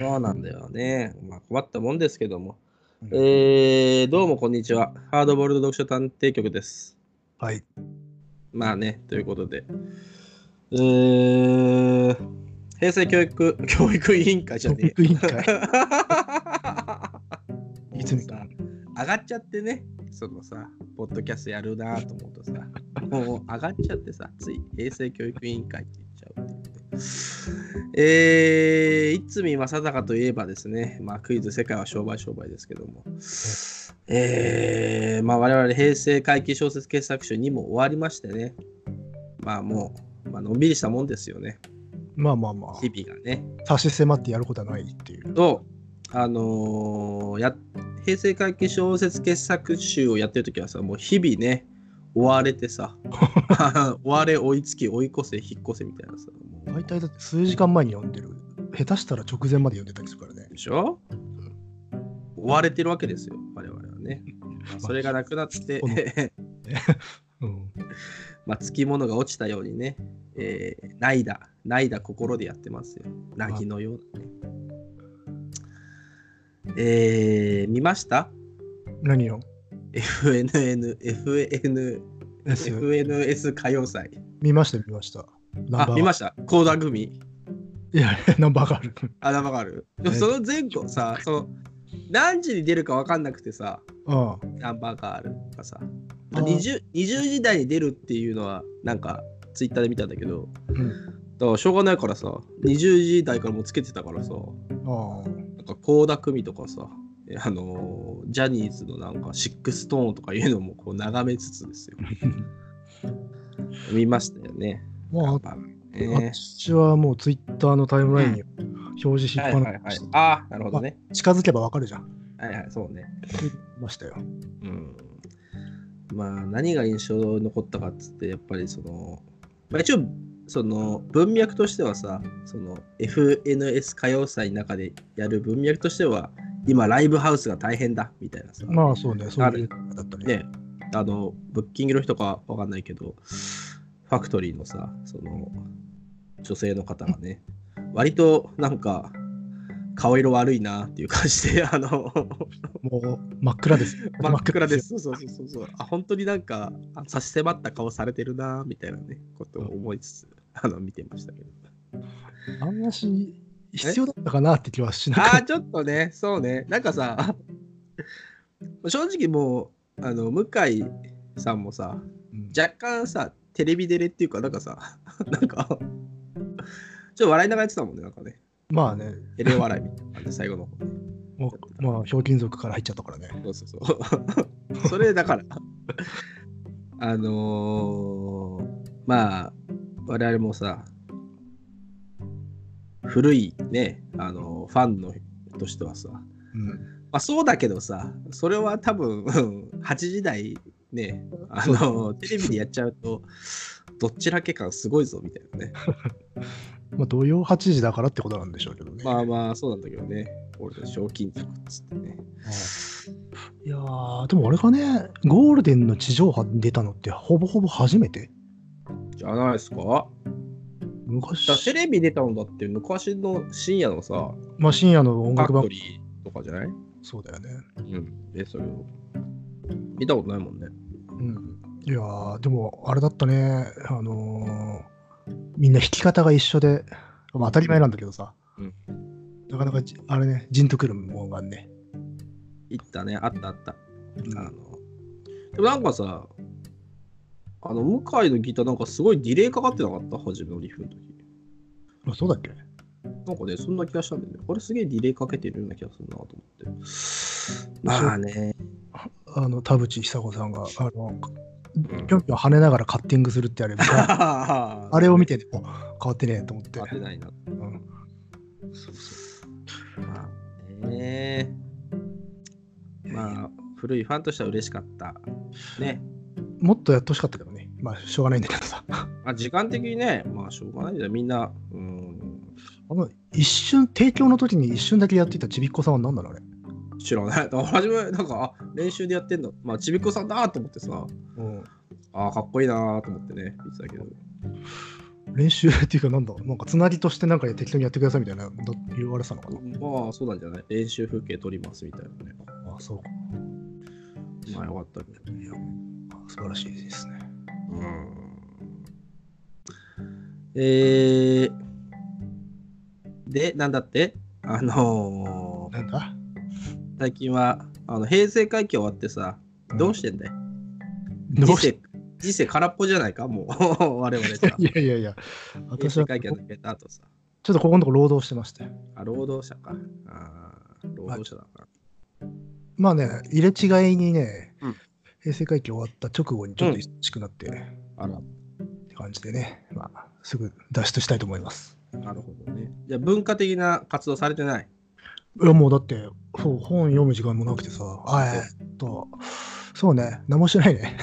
そうなんだよね。まあ、困ったもんですけども。うんえー、どうもこんにちは。ハードボールド読書探偵局です。はい。まあね、ということで。えー、平成教育 教育委員会じゃねえ。委員会 いつにさ、上がっちゃってね、そのさ、ポッドキャストやるなと思うとさ、もう上がっちゃってさ、つい平成教育委員会って言っちゃうっていうね。えー、逸見正孝といえばですね、まあ、クイズ世界は商売商売ですけども、えー、まあ我々平成怪奇小説傑作集にも終わりましてね、まあもう、まあのんびりしたもんですよね、まあまあまあ、日々がね。差し迫ってやることはないっていう。と、あのーや平成怪奇小説傑作集をやってる時はさもう日々ね追われて さ 追われ追いつき追い越せ引っ越せみたいなさもう大体だって数時間前に読んでる。下手したら直前まで読んでたりするからね。でしょ追われてるわけですよ我々はね、まあそれがなくなっこのてうん。 まあつきものが落ちたようにね、えー、ないだないだ心でやってますよなぎのようなねえー、見ました 何を FNN、FN、ですよ FNS 歌謡祭。見ました、見ました。ナンあ、バー見がました。コーダ組。いや、 ナンバーがある。あ、生がある。でもその前後さ、その何時に出るか分かんなくてさ、ああナンバーがあるとかさ。あー 20, 20時台に出るっていうのは、なんか、ツイッターで見たんだけど、うん。だからしょうがないからさ、20時台からもうつけてたからさ、ああ。なんか、コーダ組とかさ、えあのージャニーズのなんか、シックストーンとかいうのもこう眺めつつです よ。見ましたよね。まあ、えー私はもうツイッターのタイムラインに表示しっはぱいはいなはいし。ああ、なるほどね。近づけばわかるじゃん。はいはい、そうね。見ましたよ。うん。まあ、何が印象に残ったかっつって、やっぱりその、まあ、一応、その文脈としてはさ、その FNS 歌謡祭の中でやる文脈としては、今、ライブハウスが大変だみたいなさ、まあそうね、そういうだったね。ね、あの、ブッキングの人かわかんないけど、ファクトリーのさ、その、女性の方がね、割となんか、顔色悪いなっていう感じで、あの、もう真っ暗です。真っ暗で。す。そうそうそうそう。あ、本当になんかあ差し迫った顔されてるなみたいなね、ことを思いつつ、 あの見てました けど。 あんまし必要だったかなって気はしなかあっあ、ちょっとね、そうね、なんかさ、 正直もう、あの向井さんもさ、た。若干さ、テレビ出れっていうか、なんかさ、 なんか、ちょっと笑いながらやってたもんね、なんかね、まあね、テレ笑いみたいな感じで、最後の方ね。もうまあ、ひょうきん族から入っちゃったからね。そうそうそう。それだから、あのーまあ、我々もさ、古いね、あのファンのとしてはさ、まうん。あそうだけどさ、それは多分、 うん8時台ね、あのテレビでやっちゃうと、どっちらけ感すごいぞみたいなね。まあ、土曜8時だからってことなんでしょうけどね。まあ、あまあ、そうなんだけどね。俺の賞金族っつってね。いやー、でも俺がね、ゴールデンの地上波に出たのってほぼほぼ初めて。じゃないですか昔、だテレビ出たのだって昔の深夜のさ、まあ、深夜の音ファ楽ク番トリーとかじゃないそうだよね。うん。え、それを。見たことないもんね。うん。いやー、でもあれだったね。あのーみんな弾き方が一緒で、まあ、当たり前なんだけどさ。うんなかなかじ、あれね、じんとくるもんがね。行ったね、あったあった。うんあの、でもなんかさ、あの、向井のギターなんかすごいディレイかかってなかった初めのリフの時。あそうだっけなんかね、そんな気がしたんだよね。これすげえディレイかけてるような気がするなと思って。まあ ね。あの田淵久子さんがあのうんぴょんぴょん跳ねながらカッティングするって あれああれを見て、ね、お変わってねえと思って合っ、てないな。うんまあね。まあ、古いファンとしては嬉しかった。ね。もっとやってほしかったけどねまあしょうがないんだけどさ あまあ、時間的にね、まあ、しょうがないじゃん、みんな、うん、の一瞬提供の時に一瞬だけやっていたちびっこさんは何なのあれ、知らない。だ から初め、なんか、あ練習でやってんの、まあ、ちびっこさんだと思ってさ、うん、あかっこいいなと思ってね、見てたけど、練習っていうか、なんだ、なんかつなぎとしてなんか適当にやってくださいみたいな、だ言われてたのかな。まあ、そうなんじゃない練習風景撮りますみたいなね。あそうか。まあ、よかったけどね。素晴らしいですね。うん。えー、で、なんだってあのーなんだ最近は、あの、平成会期終わってさ、どうしてんだよ。どう人し。生、人生空っぽじゃないかもう、 我々さいやいやいや、平私成は会ち期ょがっ抜けた後さ。とここのとこ労働してまして。あ、労働者か。あー労働者だから。まあね、入れ違いにね、うん平成会期終わった直後にちょっと忙しくなって、っあら、て感じでね、まあ、すぐ脱出したいと思います。なるほどね。じゃあ文化的な活動されてない。いやもうだって、そう本読む時間もなくてさ、あえーっと、そうね、何もしてないね。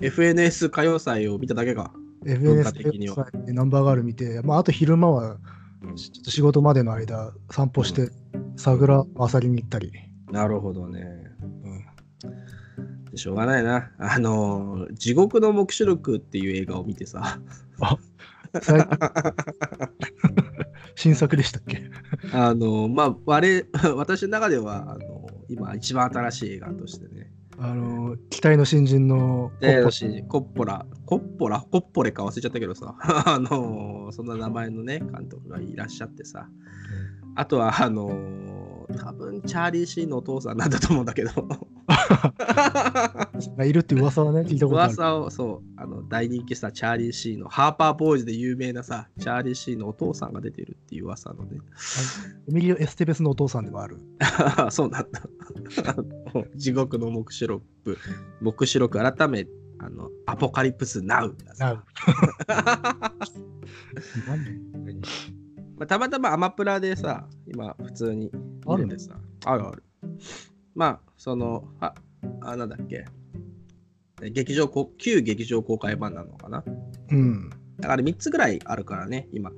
FNS 歌謡祭を見ただけか。文 FNS 化的にはでナンバーガール見て、まあ、あと昼間はちょっと仕事までの間、散歩して、桜あさりに行ったり、なるほどね。うんしょうがないな。あのー地獄の黙示録っていう映画を見てさ。最 新作でしたっけあのーまあ、我 々、私の中では、あのー今一番新しい映画としてね。あの、期待の新人のコでッポ私コッポラ、コッポラ、コッポレか忘れちゃったけどさ、 あのーそんな名前のね、監督がいらっしゃってさ、あとは、あのー多分チャーリー・シーのお父さんなんだと思うんだけど、がいるって噂はね、聞いたことある。噂を、そう、あの大人気さ、チャーリー・シーの、ハーパー・ボーイズで有名なさ、チャーリー・シーのお父さんが出てるっていう噂のね、 エミリオ・エステベスのお父さんでもある。そうなんだ。 地獄の黙示録、黙示録改め、あのアポカリプス・ナウださなる。まあ、たまたまアマプラでさ、今普通に見れてさ、あるある。まあ、その、あ、あなんだっけ、劇場公、旧劇場公開版なのかな。 うん。だから3つぐらいあるからね、今。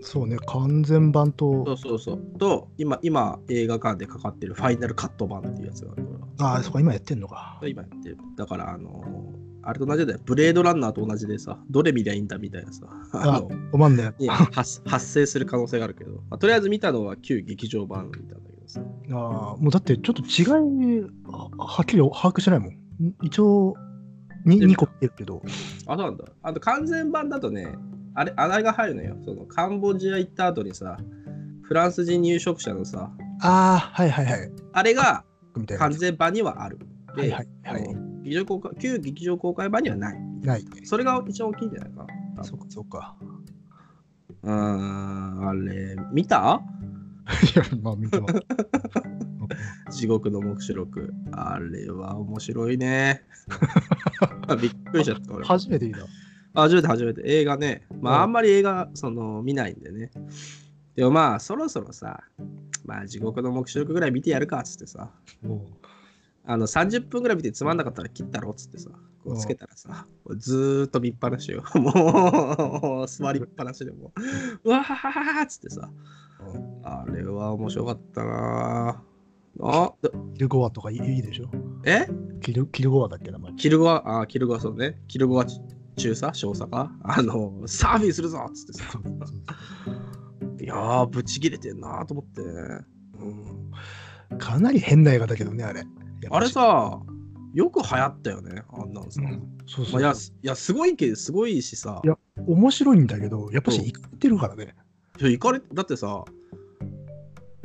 そうね、完全版そうと、そうそう。と、今、今映画館でかかってるファイナルカット版っていうやつがあるか、。ああ、そっか、今やってんのから今やってる。だから、あのーあれと同じだよ。ブレードランナーと同じでさ、どれ見りゃいいんだみたいなさ、あの、おまんね。ね発発生する可能性があるけど、まあとりあえず見たのは旧劇場版見たんだけどさ。ああ、もうだってちょっと違いは、はっきり把握してないもん。ん一応、にで2個見てるけど、あ、そうなんだ。あと完全版だとね、あれ、あれが入るのよ。そのカンボジア行った後にさ、フランス人入植者のさ、ああ、はいはいはい。あれがみたいな完。全版にはある。で、はいはいはあい。の劇場公開旧劇場公開版にはない。ない。それが一番大きいんじゃないかな。そうか、そうか。うーん、あれ、見た いや、まあ、見てます。地獄の黙示録。あれは面白い ね。びっくりしちゃった、俺。初めて見た。初めて初めて映画ねまうんああんまり映画その見ないんでねでもまあそろそろさまあ地獄の黙示録ぐらい見てやるかっつってさもあの30分ぐらい見てつまんなかったら切ったろっつってさこうんうつけたらさずーっと見っぱなしよ もう座りっぱなしでもうわははははっつってさうあれは面白かったなぁあでキルゴアとかいいいいでしょえキルキルゴアだっけ名前。キルゴア、あキルゴアそうねキルゴア中佐少佐かあのサーフィンするぞっつってさそうそうそういやー、ぶち切れてんなーと思って。うんかなり変な映画だけどね、あれ。あれ、さ、よく流行ったよね、あんなんさ。うんそうまそあ、ういや、すいや、すごいけど、すごいしさい、や面白いんだけど、やっぱし行ってるか らね。ちょいかれだってさ、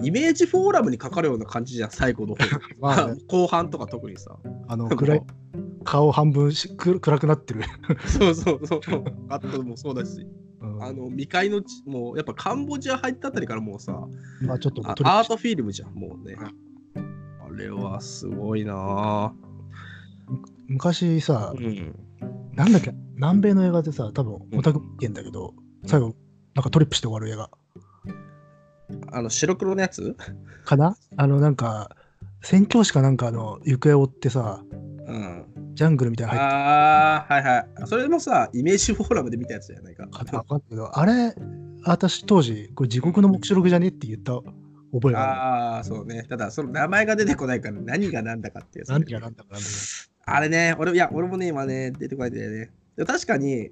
イメージフォーラムにかかるような感じじゃん、最後の方。まあね、 後半とか特にさ。あの暗い顔半分しく暗くなってる。そうそうそう。あったのもそうだし、うんあの、未開の地、もう、やっぱカンボジア入ったあたりからもうさ、まあちょっとあ取りアートフィルムじゃん、もうね。あれはすごいな昔さぁ。、うん。なんだっけ、南米の映画でさ、多分オタク見んだけど、最後、なんかトリップして終わる映画あの、白黒のやつかなあの、なんか、宣教師かなんかの行方を追ってさ、うん。ジャングルみたいなの入っああ、はいはい。それもさ、イメージフォーラムで見たやつじゃないか。てたかんないけど、あれ、私当時、これ地獄の目視録じゃねって言った覚えがある。ああ、そうね。ただ、その名前が出てこないから、何が何だかってやつね、何がなんだかなんだあれね、俺、いや、俺もね、今ね、出てこないんだよね。でも確かに、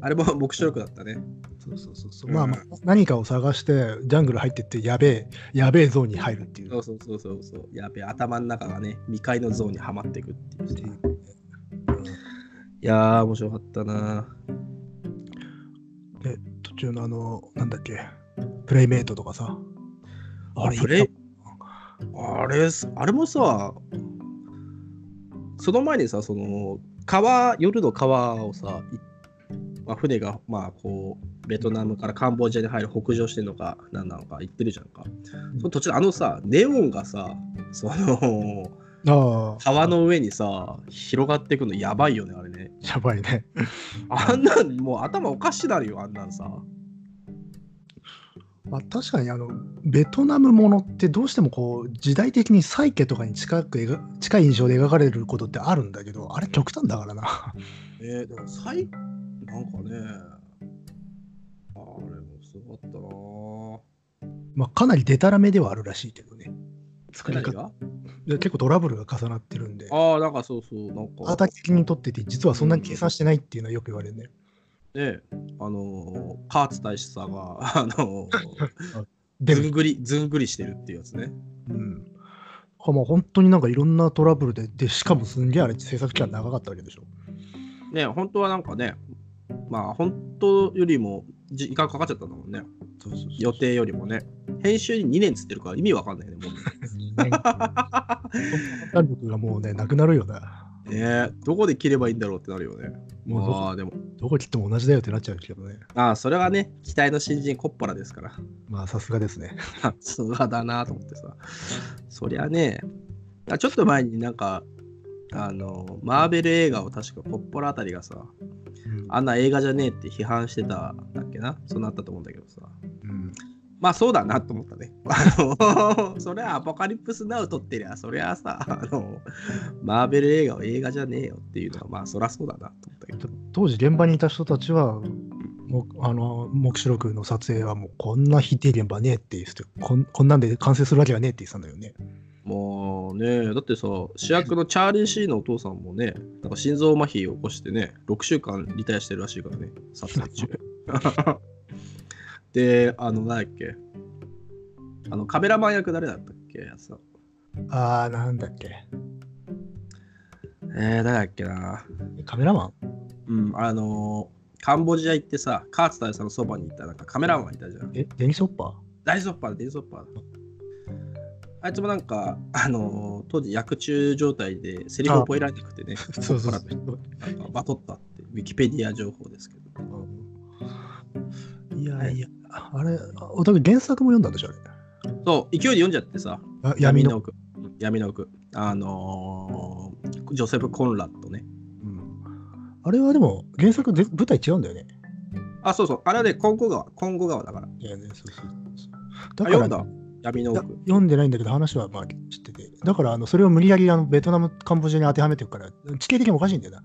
あれも 目視録だったね。そうそうそうそう、うんまあまあ何かを探してジャングル入ってってやべえやべえゾーンに入るっていそううそうそうそうそう。やべえ、頭の中がね、未開のゾーンにはまっていくっていうさ。いやー、面白かったな。途中のあのなんだっけプレイメイトとかさあれプレイあれす、あれもさ、その前にさ、その、川、夜の川をさ、いまあ、船が、まあ、こう、ベトナムからカンボジアに入る北上してるのか、なんなのか、行ってるじゃんか。その途中であのさ、ネオンがさ、その、ああ川の上にさ、広がっていくのやばいよね、あれね。やばいねあんなん、もう頭おかしくなるよ、あんなんさ。まあ、確かにあのベトナムものってどうしてもこう時代的にサイケとかに近く描近い印象で描かれることってあるんだけどあれ極端だからな えー、でも最なんかねあれもすごかったなまあかなりデタラメではあるらしいけどね作り何方がで結構トラブルが重なってるんでああなんかそうそうなんか畑的に撮ってて実はそんなに計算してないっていうのはよく言われるね、ねあのー、カーツ大使さんが あのー、でずんぐりずんぐりしてるっていうやつねうんあまあ本当になんかいろんなトラブルででしかもすんげえあれ制作期間長かったわけでしょね本当はなんかねまあ本当よりも時間かかっちゃったんだもんねそうそうそう予 定よりもね編集に2年つってるから意味わかんないよねもうね 弾力がもうねなくなるよなねどこで切ればいいんだろうってなるよねもうどこまあでもどこ切っても同じだよってなっちゃうけどねああそれはね期待の新人コッパラですからまあさすがですね。さすがだなと思ってさ。そりゃね、あちょっと前になんか、あの、マーベル映画を確かポッポラあたりがさ、あんな映画じゃねえって批判してたんだっけな、そうなったと思うんだけどさ。うんまあそうだなと思ったね。 あの、そりゃアポカリプスナウ撮ってりゃ、そりゃさ、あの、マーベル映画は映画じゃねえよっていうのは、まあそりゃそうだなと思ったけど。当時現場にいた人たちは、もうあの黙示録の撮影はもうこんなひでえ現場ねえって言ってこん、こんなんで完成するわけがねえって言ってたんだよね。もうね、だってさ、主役のチャーリー・シーのお父さんもね、なんか心臓麻痺を起こしてね、6週間リタイアしてるらしいからね、撮影中。 で、あの、なんだっけ、あの、カメラマン役誰だったっけさああ、なんだっけ。えー、誰だっけな。カメラマンうん、あのーカンボジア行ってさ、カーツ大佐のそばにいたなんかカメラマンいたじゃん。え、デニス・ホッパダイソッパーだ、デイソッパーだ。あいつもなんか、あのー当時薬中状態でセリフ覚えられなくてね、ーそうそうコッパラそう。なんかバトったって、ウィキペディア情報ですけど。いやいや、あれ、おたく原作も読んだんでしょ、そう、勢いで読んじゃってさ、あれ。あ闇の。奥。闇の奥。あのージョセフ・コンラッドね。うんあれはでも原作で舞台違うんだよね。あ、そうそう、あれはね、コンゴ川、コンゴ川だから。あいやね、そうそうそう。だ読んだ闇のだ奥。読んでないんだけど話はまあ知っててだからあのそれを無理やりあのベトナムカンボジアに当てはめてるから地形的にもおかしいんだよな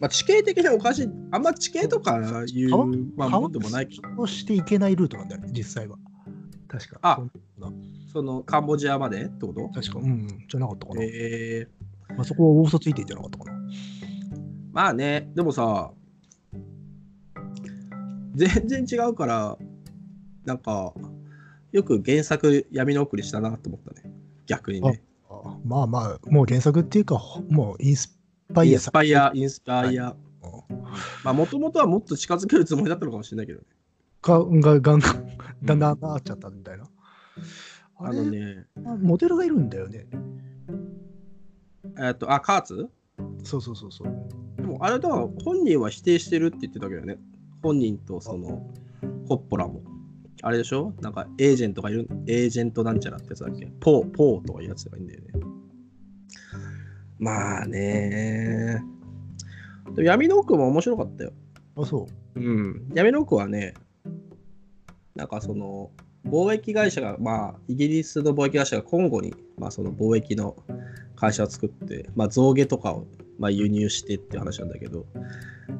まあ、地形的におかしい。あんま地形とかいう川、まあ、もんでもないけど、どしていけないルートなんだよね実際は確かあそんそのカンボジアまでってこと確かうんうんじゃなかったかな、えー、まあ、そこは大嘘ついていってなかったかなまあね、でもさ、全然違うから、なんか、よく原作闇の奥にしたなと思ったね。逆にね。あまあまあもう原作っていうかほもうインスパイインアスさパイア、インスパイア。うまあ、もともとはもっと近づけるつもりだったのかもしれないけどね。ががガンガンだんだんなっちゃったみたいなああれのね、モデルがいるんだよねえっと、あ、カーツそうそうそうそうでも、あれだ、本人は否定してるって言ってたけどね。本人とその、ホッポラも。あれでしょなんか、エージェントがいる、エージェントなんちゃらってやつだっけポー、ポーとかいうやつがいいんだよね。まあねでも闇の奥も面白かったよ。あそううん、闇の奥はね、なんかその、貿易会社が、まあ、イギリスの貿易会社がコンゴに、まあ、その貿易の会社を作って、まあ、象牙とかを、まあ、輸入してって話なんだけど、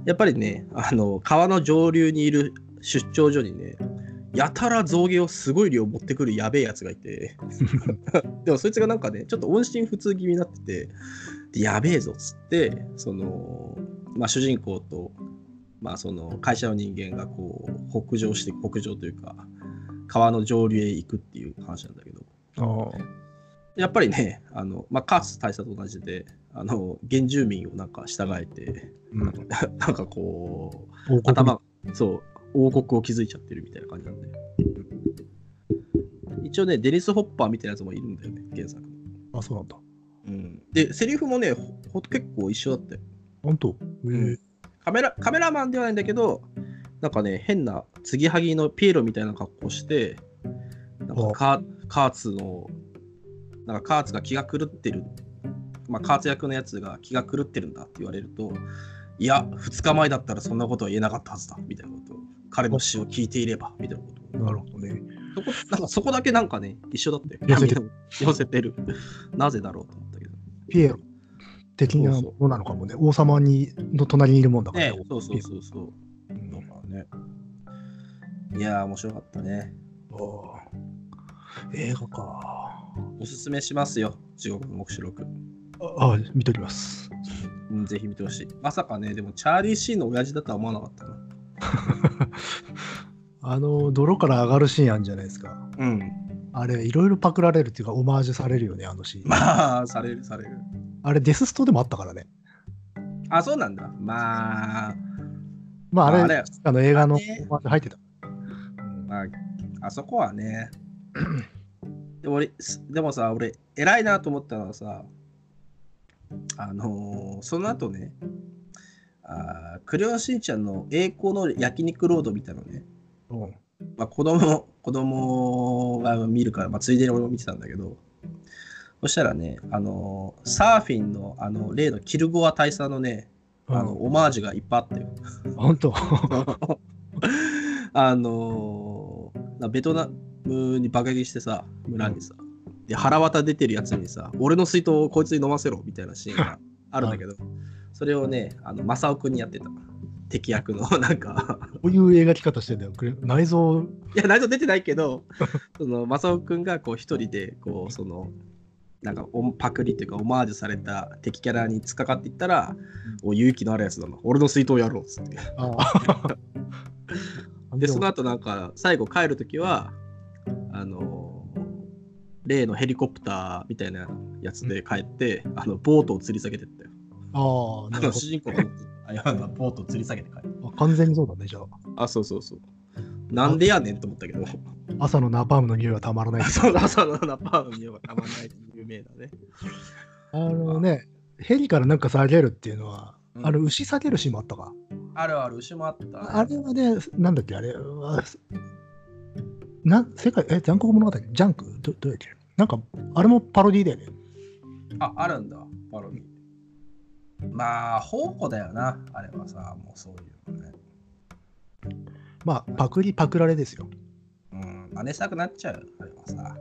やっぱりね、あの、川の上流にいる出張所にね、やたら象牙をすごい量持ってくるやべえやつがいて、でもそいつがなんかね、ちょっと音信不通気味になってて、でやべえぞっつって、その、まあ、主人公とまあ、その会社の人間がこう北上して北上というか川の上流へ行くっていう話なんだけどあーやっぱりねあの、まあ、カース大佐と同じであの原住民をなんか従えてうんなんかこう王国頭そう王国を築いちゃってるみたいな感じなんで一応ねデニス・ホッパーみたいなやつもいるんだよね原作、あ、そうなんだ。うん、でセリフもねほほ結構一緒だったよ本当。えんカメラカメラマンではないんだけど、なんかね、変な継ぎはぎのピエロみたいな格好して、なんかカーカーツの、なんかカーツが気が狂ってる、まあ、カーツ役のやつが気が狂ってるんだって言われると、いや、2日前だったらそんなことは言えなかったはずだみたいなことを、彼の詩を聞いていればみたいなことを。なるほどね。そこなんかそこだけなんかね、一緒だったよ。寄せてる。 寄せてる。なぜだろうと思ったけど。ピエロ的なものなのかもね。王様にの隣にいるもんだからねね。そうそうそうそう。うんだからね。いやー、面白かったね。あー映画か。おすすめしますよ、地獄の黙示録。ああ、見とります。うん、ぜひ見てほしい。まさかね、でも、チャーリー・シーンの親父だとは思わなかったな。あの、泥から上がるシーンあるんじゃないですか。うん。あれ、いろいろパクられるっていうか、オマージュされるよね、あのシーン。まあ、される、される。あれ、デスストでもあったからね。あ、そうなんだ。まあ、まあ、あれ、あれあの映画のオマねージュ入ってた。まあ、あそこは ね。でも俺、すでもさ、俺、偉いなと思ったのはさ、あのーその後ね、あークレヨンしんちゃんの栄光の焼肉ロード見たのね。うん。まあ、子供子供が見るから、まあ、ついでに俺も見てたんだけどそしたらねあのーサーフィンのあの例のキルゴア大佐のねあのうんオマージュがいっぱいあったよ。本当。 あのーベトナムに爆撃してさ村にさ、で腹渡出てるやつにさ俺の水筒をこいつに飲ませろみたいなシーン があるんだけど、それをねあの正雄君にやってた敵役のなんかこういう描き方してんだよ。クレ内臓、いや、内臓出てないけど、その、正雄くんが、こう、一人で、こう、その、なんかお、パクリというか、オマージュされた敵キャラに突っかかっていったら、お、勇気のあるやつだな。俺の水筒やろう、つって。ああで、その後、なんか、最後帰るときは、あのー例のヘリコプターみたいなやつで帰って、あの、ボートを吊り下げてったよ。ああ、あなるの、ほ主人公が、あ、いや、あのボートを吊り下げて帰って。ど。完全にそうだね、じゃあ。あ、そうそうそう。なんでやねんと思ったけど。朝のナパームの匂いはたまらないです。そうだ、朝のナパームにはたまんないって有名だね。あのね、ヘリからなんか下げるっていうのは、うんあの牛下げるシーンもあったか。あるある、牛もあった、あれはね、なんだっけ、あれは。な世界、え、残酷物語ジャンクどどうやっけなんか、あれもパロディだよね。あ、あるんだ、パロディ。まあ、宝庫だよな、あれはさ、もうそういうのね。まあ、パクリパクられですよ。うん、真似したくなっちゃう、あれはさ。まあ、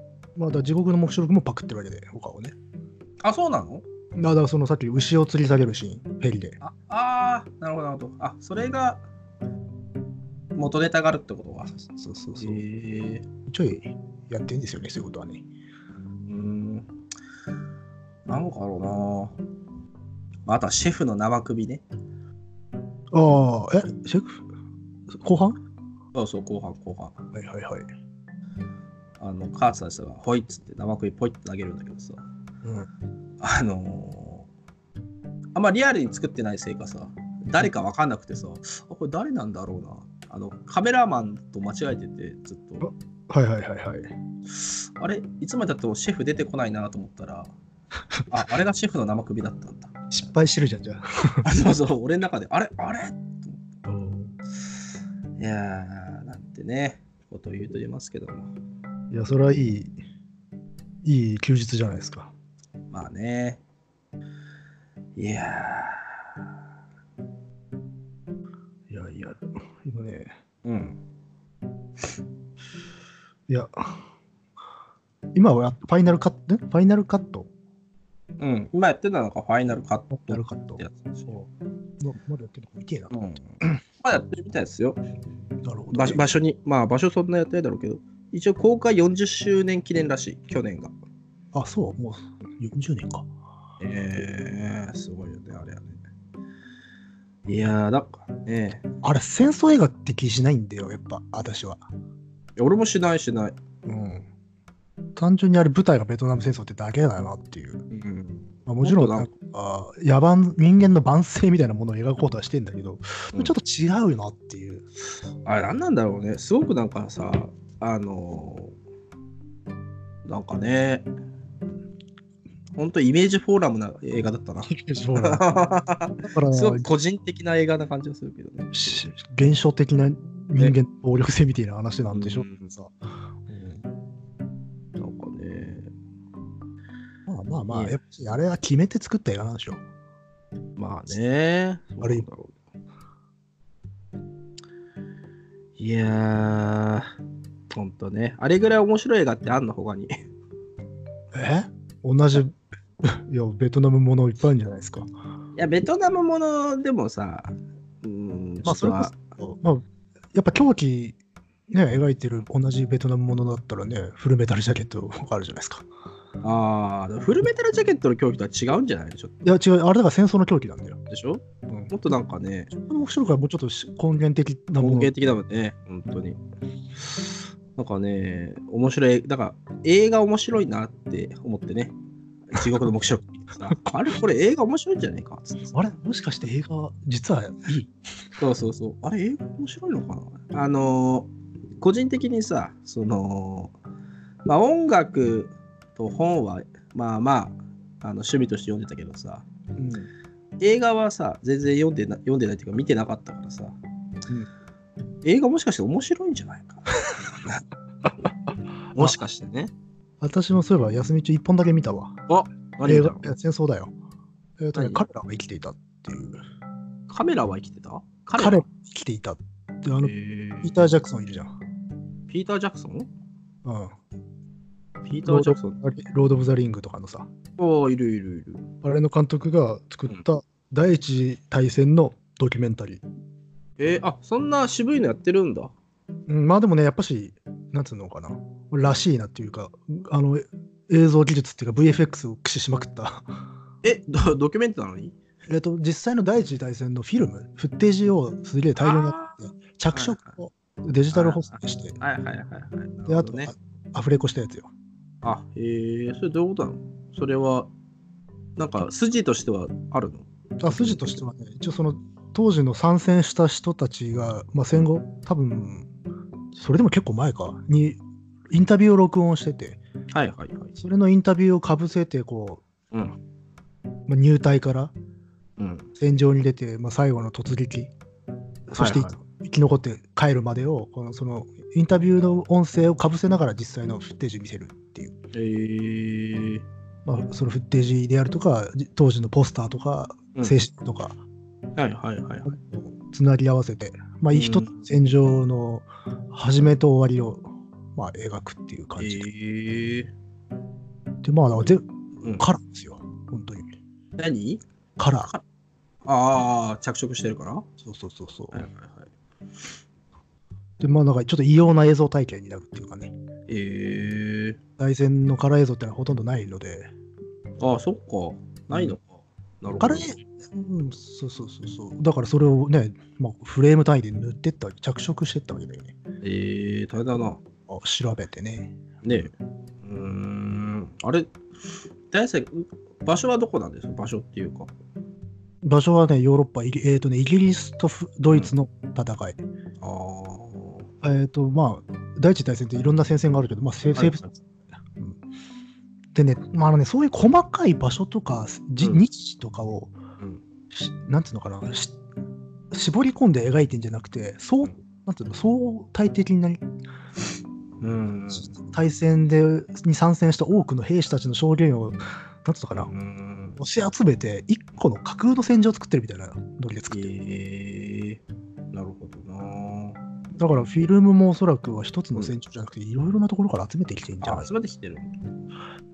だから地獄の黙示録もパクってるわけで、他をね。あ、そうなのだから、そのさっき牛を吊り下げるシーン、ヘリで。ああー、なるほど、なるほど。あ、それが元ネタがあるってことは。そうそうへえそう。ちょいやってんですよね、そういうことはね。うん。なんかあろうな。あとはシェフの生首ね。ああ、え、シェフ後半そうそう、後半、後半。はいはいはい。あの、カーツの人が、ほいっつって生首ポイって投げるんだけどさ。うん、あのーあんまリアルに作ってないせいかさ、誰か分かんなくてさ、あこれ誰なんだろうな。あの、カメラマンと間違えてて、ずっと。はいはいはいはい。あれいつまでたってもシェフ出てこないなと思ったら、あ、あれがシェフの生首だったんだ。失敗してるじゃん、じゃあ。あそうそう、俺の中で、あれあれうんいやー、なんてね、ことを言うと言いますけども。いや、それはいい、いい休日じゃないですか。まあね。いやいやいや、今ね、ー、うん。いや、今はファイナルカット、んファイナルカットうん、今やってたのがファイナルカットファイナルっカットて。やつでしょ。のまだやってるの見てえなう。ん。 まあやってるみたいですよ。なるほど場ね、所場所に、まあ場所そんなやってないだろうけど、一応公開40周年記念らしい、去年が。あ、そう、もう40年か。ええすごいよね、あれはね。いやー、なんかええあれ、戦争映画って気しないんだよ、やっぱ、私は。俺もしないしない。うん。単純にあれ、舞台がベトナム戦争ってだけだなっていう。うん。まあ、もちろん、もっなんとか、野蛮、人間の万世みたいなものを描こうとはしてんだけど、うんちょっと違うよなっていう。あれ、なんなんだろうね。すごくなんかさ、あのーなんかね、ほんとイメージフォーラムな映画だ ったな。そうなんだだから、すごく個人的な映画な感じがするけどね。し現象的な人間の暴力性みたいな話なんでしょ、うんさなんかね、まあまあまいあ、ややっぱあれは決めて作った映画なんでしょまあね、ある意味そうなんだろういやー、ほんとね。あれぐらい面白 い映画ってあんの、他に。え同じ、い や、ベトナムものいっぱいあるんじゃないですか。いや、ベトナムものでもさ、うーん、まあ、ちそょれっとこはそ、まあ、やっぱ狂気、ね、描いてる同じベトナムものだったらね、フルメタルジャケットあるじゃないですか。ああ、フルメタルジャケットの狂気とは違うんじゃないちょっいや、違う、あれだから戦争の狂気なんだよ。とでしょうん、もっとなんかね、面白いからもうちょっとし根源的な文もの芸的だもんね、本当に。なんかね、面白い、だから映画面白いなって思ってね、地獄の目 標あれこれ映画面白いんじゃないかつってあれもしかして映画は実はいいそうそうそう。あれ映画面白いのかなあのー、個人的にさ、その、まあ音楽と本は、まあまあ、あの趣味として読んでたけどさ、うん映画はさ、全然読んでな読んでないっていうか見てなかったからさ、ん映画もしかして面白いんじゃない かなもしかしてね。私もそういえば休み中一本だけ見たわ。何映見た画のいや戦争だよ。えーとね何彼らが生きていたっていう。カメラは生きてた彼彼らが生きていたって、あの、えピーーター・ジャクソンいるじゃん。ピーター・ジャクソンうん。ピーター・ジャクソン。ロード・オブ・ザ・リングとかのさ、ああ、いるいるいる。あれの監督が作った第一次大戦のドキュメンタリー。えー、あそんな渋いのやってるんだ。うん、まあでもね、やっぱし、なんつうのかな、らしいなっていうか、あの、映像技術っていうか VFX を駆使しまくった。 え、ド ドキュメントなのにえっと、実際の第一次大戦のフィルム、フッテージをすげえ大量にやって、着色をデジタル補正して、はいはいはいはい。で、なあるほと、どね。あアフレコしたやつよ。あ、えー、それどういうことなのそれは、なんか筋としてはあるのあ筋としてはね、一応その当時の参戦した人たちが、まあ、戦後、多分それでも結構前か、にインタビューを録音してて、はいはいはい。それのインタビューをかぶせてこうん。う、まあ、入隊からうん。戦場に出て、まあ、最後の突撃、そしてはいは生き残って帰るまでを、このそのインタビューの音声をかぶせながら実際のフッテージ見せるっていう、えー、まあ、そのフッテージであるとか、じ当時のポスターとか、うん静止とか、はいはいはいはい。つなぎ合わせて、まあ、うん一つの戦場の始めと終わりを、まあ、描くっていう感えじで、ー、でまあだから全うん、カラーですよ本当に何カラーああ、着色してるからはそうそうそうそう、いはいはい。でまあなんかちょっと異様な映像体験になるっていうかねえー、大戦のカラー映像ってのはほとんどないので、ああ、そっか。ないのか。なるほど。カラーうん、そうそうそうそうだからそれをね、まあ、フレーム単位で塗ってったわけ着色してったわけだよねえー、大変だな。あ調べてねねえ。うーん。あれ、大勢、場所はどこなんですか場所っていうか。場所はねヨーロッパイギ,、えーとね、イギリスとフドイツの戦い、ああ。えっ、と、まあ、第一次大戦っていろんな戦線があるけど、まあ、せはい生物、でね、まあ、あのね、そういう細かい場所とか、じうん日時とかを、うんしなんていうのかな、し絞り込んで描いてんじゃなくて、そううんなんていうの相対的なうん。対戦でに参戦した多くの兵士たちの証言を、なんていうのかな、うん。押し集めて、一個の架空の戦場を作ってるみたいなノリで作ってる。えー、なるほどな。だから、フィルムもおそらくは一つの戦場じゃなくて、いろいろなところから集めてきてるんじゃないあ、集めてきてる。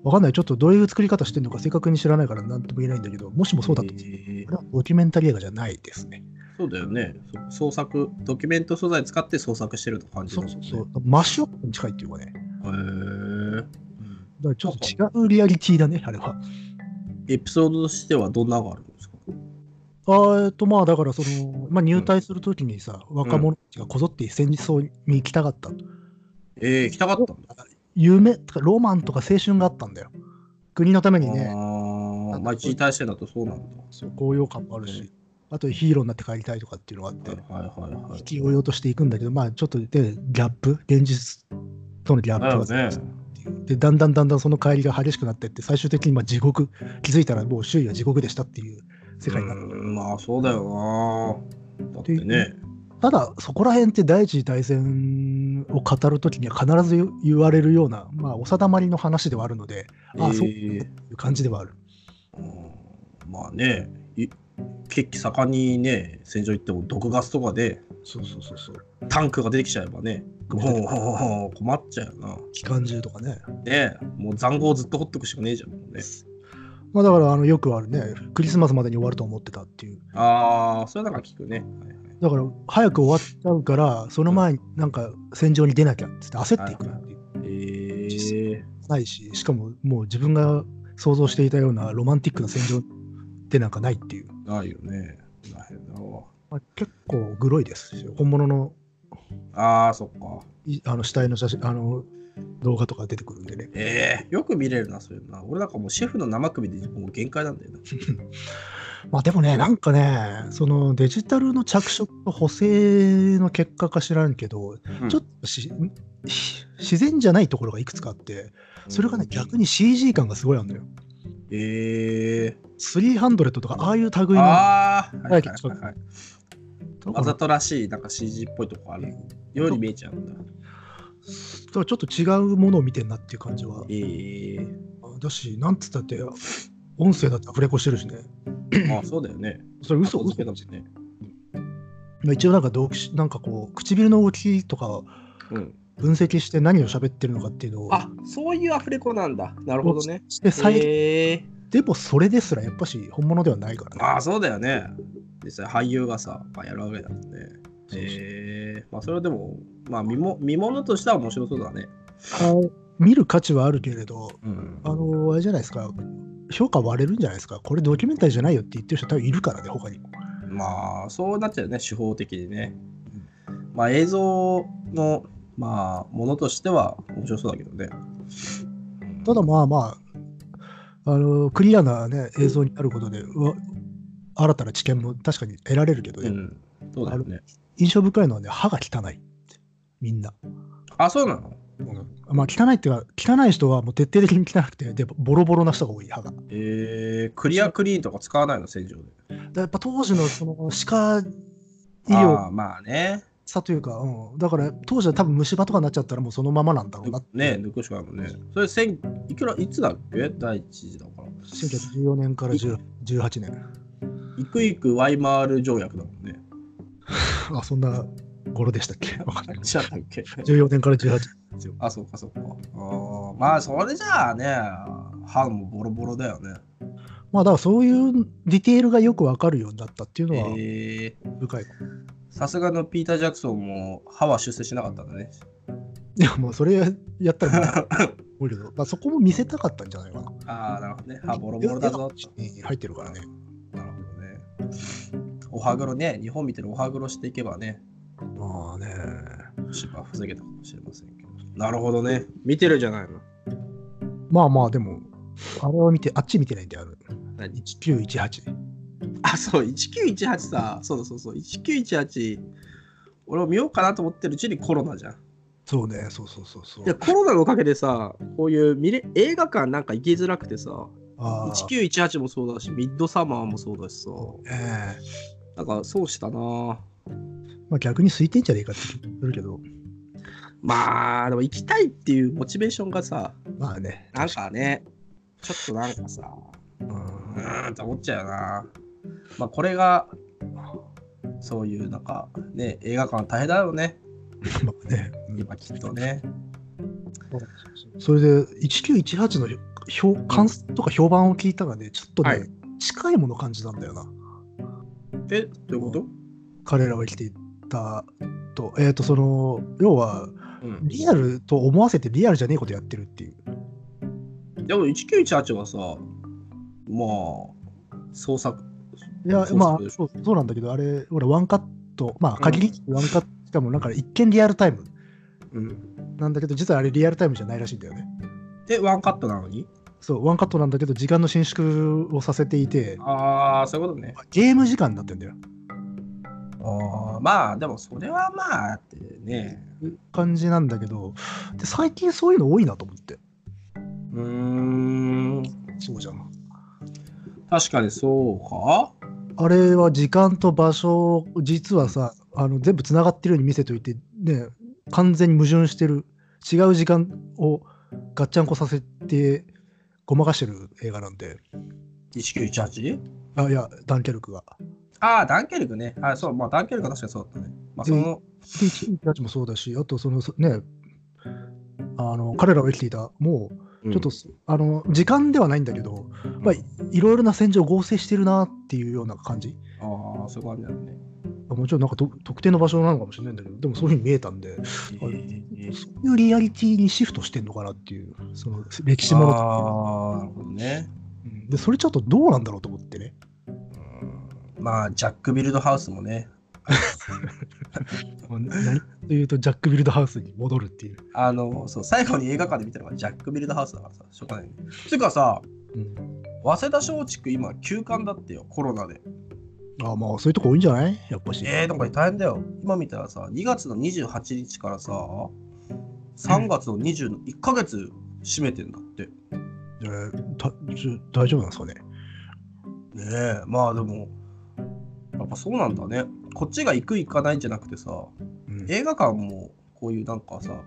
わかんない、ちょっとどういう作り方してるのか正確に知らないから何とも言えないんだけど、もしもそうだと、えこーれはドキュメンタリー映画じゃないですね。そうだよね。そう創作、ドキュメント素材使って創作してるって感じそだもうんそねうそう。マッシュアップに近いっていうかね、だかへーらちょっと違うリアリティだね、あれは。エピソードとしてはどんなのがあるんですかあーえっと、まあ、だから、その、まあ、入隊するときにさ、若者たちがこぞって戦日に行きたかった。ええ行きたかったんだ。夢とか、ロマンとか青春があったんだよ。国のためにね、ああ、まあ、一時大戦だとそうなんだ。そう高揚感もあるし、あとヒーローになって帰りたいとかっていうのがあって、はいはいはいは意い。気揚々としていくんだけど、まあ、ちょっとで、ギャップ、現実とのギャップだよがね。でだんだんだんだんその帰りが激しくなってって最終的にまあ地獄気づいたらもう周囲は地獄でしたっていう世界になる、うんまあそうだよな。だってね。ただそこら辺って第一次大戦を語るときには必ず言言われるような、まあ、お定まりの話ではあるのでああそうええいう感じではある、うんまあね、い血気盛んにね、戦場行っても毒ガスとかでそうそうそうそうタンクが出てきちゃえばね、うほうんほうほう 困っちゃうよな。機関銃とかね、ねえもう塹壕ずっと掘っとくしかねえじゃん。ね、まあ、だからあのよくあるねクリスマスまでに終わると思ってたっていうああ、それなんか聞くね。はいはいだから早く終わっちゃうからその前になんか戦場に出なきゃっつって焦っていくっていえうえないし、しかももう自分が想像していたようなロマンティックな戦場ってなんかないっていう、ないよね。ないなまあ、結構グロいですよ。本物のああ、そっか。いあの死体の写真、あの動画とか出てくるんでね。ええよく見れるな、そういうのな。俺なんかもうシェフの生首でもう限界なんだよな。まあでもね、なんかね、そのデジタルの着色と補正の結果か知らんけど、うんちょっとしし自然じゃないところがいくつかあって、それがね、逆に CG 感がすごいあるんだよ。ええ300とか、ああいう類のああ、はいはいちょっはいとはい。とこわろざとらしい、なんか CG っぽいとこあるように見えちゃうんだ。とはちょっと違うものを見てんなっていう感じはええだし、なんつったって、音声だってアフレコしてるしね。まあそうだよね。それ嘘、後付嘘けだもんね。まあ一応なんか動機し、なんかこう、唇の動きとかうん。分析して何を喋ってるのかっていうのを、あそういうアフレコなんだ。なるほどね。して再現ええでもそれですらやっぱし本物ではないからね。まあそうだよね。実際俳優がさ、まあ、やるわけだもんね。そうそうええまあそれはでも、まあ見も見物としては面白そうだね。あ見る価値はあるけれど、うんあの、あれじゃないですか、評価割れるんじゃないですか、これドキュメンタリーじゃないよって言ってる人多分いるからね、他にも。まあそうなっちゃうよね手法的にね、まあ映像のまあものとしては面白そうだけどねただまあまあ、あのクリアな、ね、映像になることで、うわ新たな知見も確かに得られるけどうね、んそうだよね印象深いのはね、歯が汚いって。みんな。あそうなのまあ、汚いっていうか、汚い人はもう徹底的に汚くて、で、ボロボロな人が多い、歯が。だかえー、クリアクリーンとか使わないの戦場でらやっぱ当時のその歯科医あ療あまあねさというか、うん、だから当時は多分虫歯とかになっちゃったらもうそのままなんだろうなって。ね抜くしかないもんねそれ千いくらいつだっけ第一次だから1914年から10 18年。 いくいくワイマール条約だもんねあ、そんな頃でしたっ けわかんない。じゃあっ け14年から18年。あそうかそうかあーまあそれじゃあね歯もボロボロだよねまあ、だからそういうディテールがよくわかるようになったっていうのはえー、深い。さすがのピーター・ジャクソンも歯は出世しなかったんだね。いや、もうそれやったら無理だけど、まあ、そこも見せたかったんじゃないかな。ああ、なるほどね。歯ボロボロだぞ。に入ってるからね。なるほどね。お歯黒ね、日本見てるお歯黒していけばね、まあね。芝防げたかもしれませんけど。なるほどね。見てるじゃないの。まあまあ、でも、あれを見て、あっち見てないんだよ。何1918。あ、そう、1918さ、そうだそうそう、1918、俺も見ようかなと思ってるうちにコロナじゃん。そうね、そうそうそうそう。で、コロナのおかげでさ、こういう見れ映画館なんか行きづらくてさ、あー1918もそうだし、ミッドサマーもそうだしさ、えなんかそうしたなぁ。えまあ、逆に空いてんじゃねえかって気もするけど、まあ、でも行きたいっていうモチベーションがさ、まあね。なんかね、ちょっとなんかさ、うんうーんって思っちゃうよな。まあ、これが、そういうなんか、ね、映画館は大変だよね、まあね。うん今きっとね。それで、1918の評感想とか評判を聞いたらね、ちょっとね、はい近いものを感じたんだよな。え、どういうこと彼らが生きていたと。えっ、と、その、要は、うん。リアルと思わせてリアルじゃねえことやってるっていう。でも、1918はさ、まあ、創作、いやそう、そうまでしあょそう、そうなんだけど、あれ、ほら、ワンカット、まあ、限りワンカット、しかも、なんか、一見リアルタイムうん。なんだけど、実はあれ、リアルタイムじゃないらしいんだよね。で、ワンカットなのにそう、ワンカットなんだけど、時間の伸縮をさせていて、ああ、そういうことね。ゲーム時間になってんだよ。あーまあ、でもそれはまあ、ってね。感じなんだけど、で最近そういうの多いなと思って。うーん、そうじゃん。確かにそうかあれは時間と場所を、実はさ、あの全部つながってるように見せといて、ね、完全に矛盾してる、違う時間をガッチャンコさせて、ごまかしてる映画なんで、 ?1918? あいや、ダンケルクが。ああ、ダンケルクね。あそう、まあ、ダンケルクは確かにそうだったね。まあ、その、で、1たちもそうだし、あと、その、そね、あの彼らが生きていた、もう、ちちょっと、あの時間ではないんだけど、まあ、いいろいろな戦場を合成してるなっていうような感じ。ああ、そういう感じなんだね。もちろんなんかと特定の場所なのかもしれないんだけど、でもそういうふうに見えたんで、えーそういうリアリティにシフトしてんのかなっていう、その歴史ものとか、ああ、なるほどね。うんで、それちょっとどうなんだろうと思ってね。うんまあ、ジャック・ビルドハウスもね、もう何というと、ジャック・ビルドハウスに戻るっていう。あの、そう、最後に映画館で見たのがジャック・ビルドハウスだからさ、しょうがない、ね。てかさ、うん早稲田松竹今休館だってよ、コロナで。ああまあ、そういうとこ多いんじゃないやっぱし。えー、なんか大変だよ。今見たらさ、2月の28日からさ、3月の20の1ヶ月閉めてんだって。えーたちょ大丈夫なんですかね。ねえ、まあでも、やっぱそうなんだね。こっちが行く行かないじゃなくてさ、うん映画館もこういうなんかさ、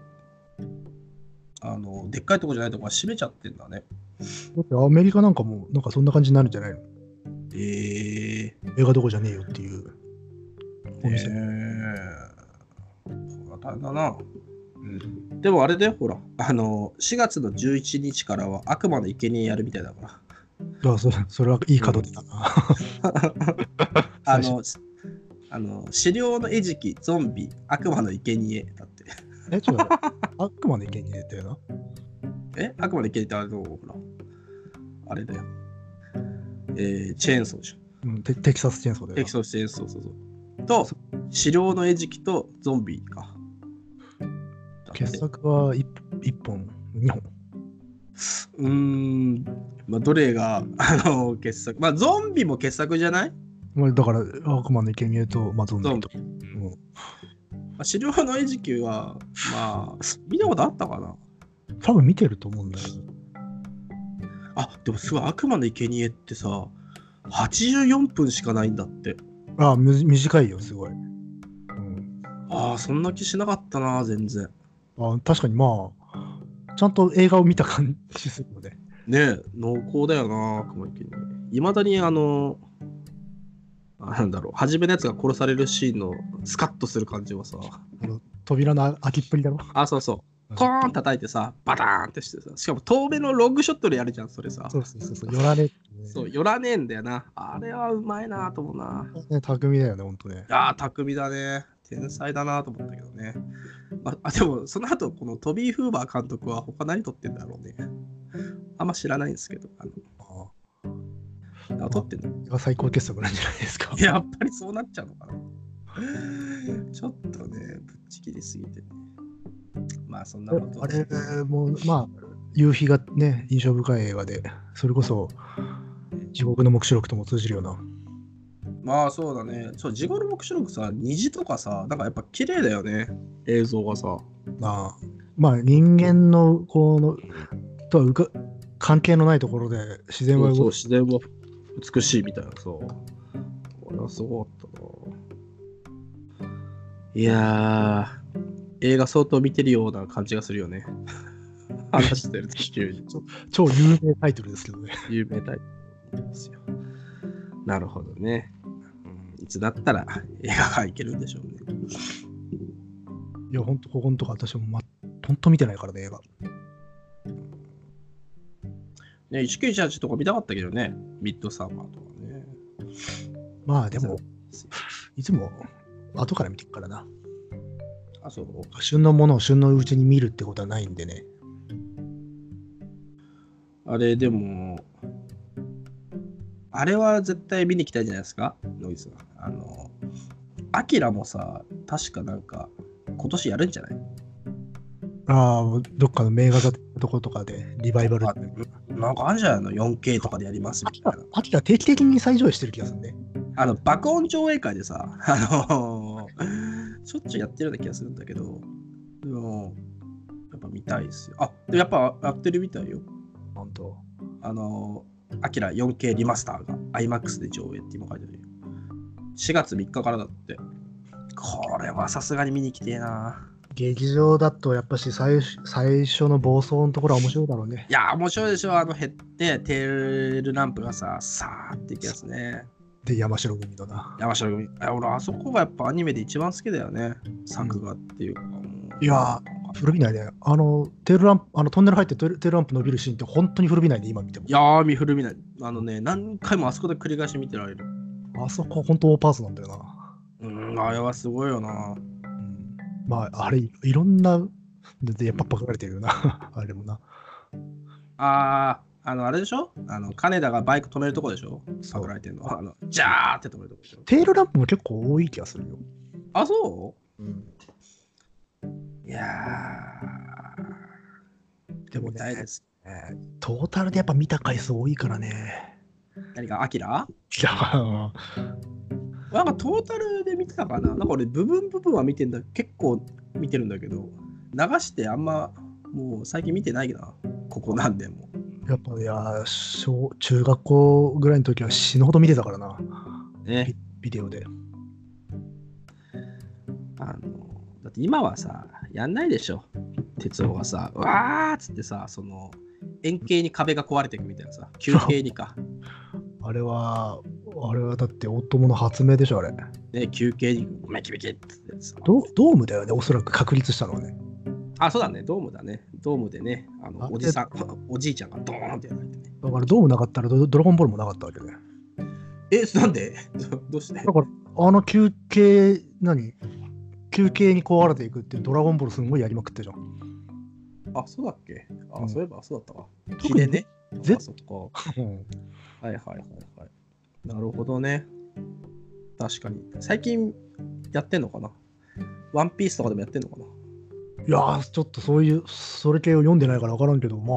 あの、でっかいとこじゃないとこは閉めちゃってんだね。だってアメリカなんかもう、なんかそんな感じになるんじゃないのええ映画どこじゃねえよっていう。おええ店これは大変だな。でもあれだよ、ほら、あの、4月の11日からは悪魔の生贄やるみたいだから。あそれそれはいい角出たな。あ最の、あの、狩猟の餌食、ゾンビ、悪魔の生贄だって。 え、ちょっと、悪魔の意見に出たよな。え悪魔の生贄ってあれの、ほら、あれだよ。えー、チェーンソーでしょ。うん、テテキサスチェーンソーだよなテキサスチェーンソー、そうそうそう。と、狩猟の餌食とゾンビか。だって傑作は 1, 本、2本。うーん、まあ、どれが、 あの、傑作。まあ、ゾンビも傑作じゃないまあ、だから、悪魔の生贄と、まあ、ゾンゾンビビと。うんまあ、狩猟の餌食は、まあ、見たことあったかな多分見てると思うんだけど。あ、でもすごい、悪魔の生贄ってさ、84分しかないんだって。ああ、むず短いよ、すごい。うん、ああ、そんな気しなかったな、全然。あ確かに、まあ、ちゃんと映画を見た感じするので。ねえ、濃厚だよな、悪魔の生贄。いまだに、あの、あなんだろう、初めのやつが殺されるシーンのスカッとする感じはさ、扉の開きっぷりだろ。あ、そうそう、コーン叩いてさ、バターンってしてさ、しかも遠目のロングショットでやるじゃん、それさ。そうそうそうそう、寄られる、ね。そう、寄らねえんだよな。あれはうまいなと思うな。ね、匠だよね、ほんとね。ああ、巧みだね。天才だなと思ったけどね。まああ、でも、その後、このトビー・フーバー監督は他何撮ってんだろうね。あんま知らないんですけど、ああのあ撮ってんの。あ最高傑作なんじゃないですか。 やっぱりそうなっちゃうのかな。ちょっとね、ぶっちぎりすぎてね。まあ、そんなこと。あれも、まあ、夕日がね、印象深い映画で、それこそ、地獄の黙示録とも通じるような。まあ、そうだね。そう、地頃目視録さ、虹とかさ、なんかやっぱ綺麗だよね。映像がさ。ああまあ人間のこのとはうか関係のないところで自然はそうそう動く自然は美しいみたいなさ。これはすごかったな。いやー、映画相当見てるような感じがするよね。 話してると急 に超有名タイトルですけどね。有名タイトルですよ。なるほどね。うんいつだったら映画館行けるんでしょうね。いや、ほんとここのとこ私も、ま、ほんと見てないからね、映画。ね、1918とか見たかったけどね、ミッドサマーとかね。まあでも、いつも後から見てるからな。あ、そう。旬のものを旬のうちに見るってことはないんでね。あれでも、あれは絶対見に行きたいじゃないですか、ノイズは。あの、アキラもさ、確かなんか、今年やるんじゃないああ、どっかの名画座のとことかでリバイバルあ。なんかあるじゃないの ?4K とかでやりますみたいな。秋田定期的に再上映してる気がするね。あの、爆音上映会でさ、あのしょっちゅうやってるような気がするんだけど、でも、やっぱ見たいですよ。あ、でもやっぱやってるみたいよ。本当。あの、アキラ 4K リマスターが IMAX で上映って今書いてあるよ。4月3日からだって。これはさすがに見に来てえな。劇場だとやっぱし最最初の暴走のところは面白いだろうね。いやー、面白いでしょ。あの、へって、テールランプがさ、さーっていくやつね。で、山城組のな。山城組。あ俺、あそこがやっぱアニメで一番好きだよね。作画っていうか。もういや古びないね。あの、テールランプ、あのトンネル入ってテールテールランプ伸びるシーンって本当に古びないね、今見てもい。やー、見古びない。あのね、何回もあそこで繰り返し見てられる。あそこ本当オーパーツなんだよな。うん、あれはすごいよな。うん、まあ、あれ、いいろんな、ででやっぱパクられてるよな。 あれもな。あー、あの、あれでしょあの、金田がバイク止めるとこでしょそパクうられてんの。あの、ジャーって止めるとこでしょ。テールランプも結構多い気がするよ。あ、そうん、ういやー。でもね見たいですね。トータルでやっぱ見た回数多いからね。何か、アキラいや、まあなんかトータルで見てたかななんか俺部分部分は見てんだ結構見てるんだけど流してあんまもう最近見てないなここ何年もやっぱいや小、中学校ぐらいの時は死ぬほど見てたからな、ねビデオで。あのだって今はさやんないでしょ哲夫がさうわーっつってさその円形に壁が壊れていくみたいなさ球形にか、あれは、あれはだって、オットモの発明でしょ、あれ。ね、球形にメキメキってやつさドドームだよね、おそらく確立したのはね。あそうだねドームだねドームでねあのあおじさんおじいちゃんがドーンってやられてねだから、ドームなかったらド、ドラゴンボールもなかったわけで。だえなんで どうしてから、あの休憩、何休憩に壊れていくって、ドラゴンボールすんごいやりまくってるじゃん。あ、そうだっけあ、うんそういえばそうだったわ。特に特にね。ぜあ、そっか。はいはいはいはい。なるほどね。確かに。最近やってんのかなワンピースとかでもやってんのかないやー、ちょっとそういう、それ系を読んでないから分からんけど、まあ、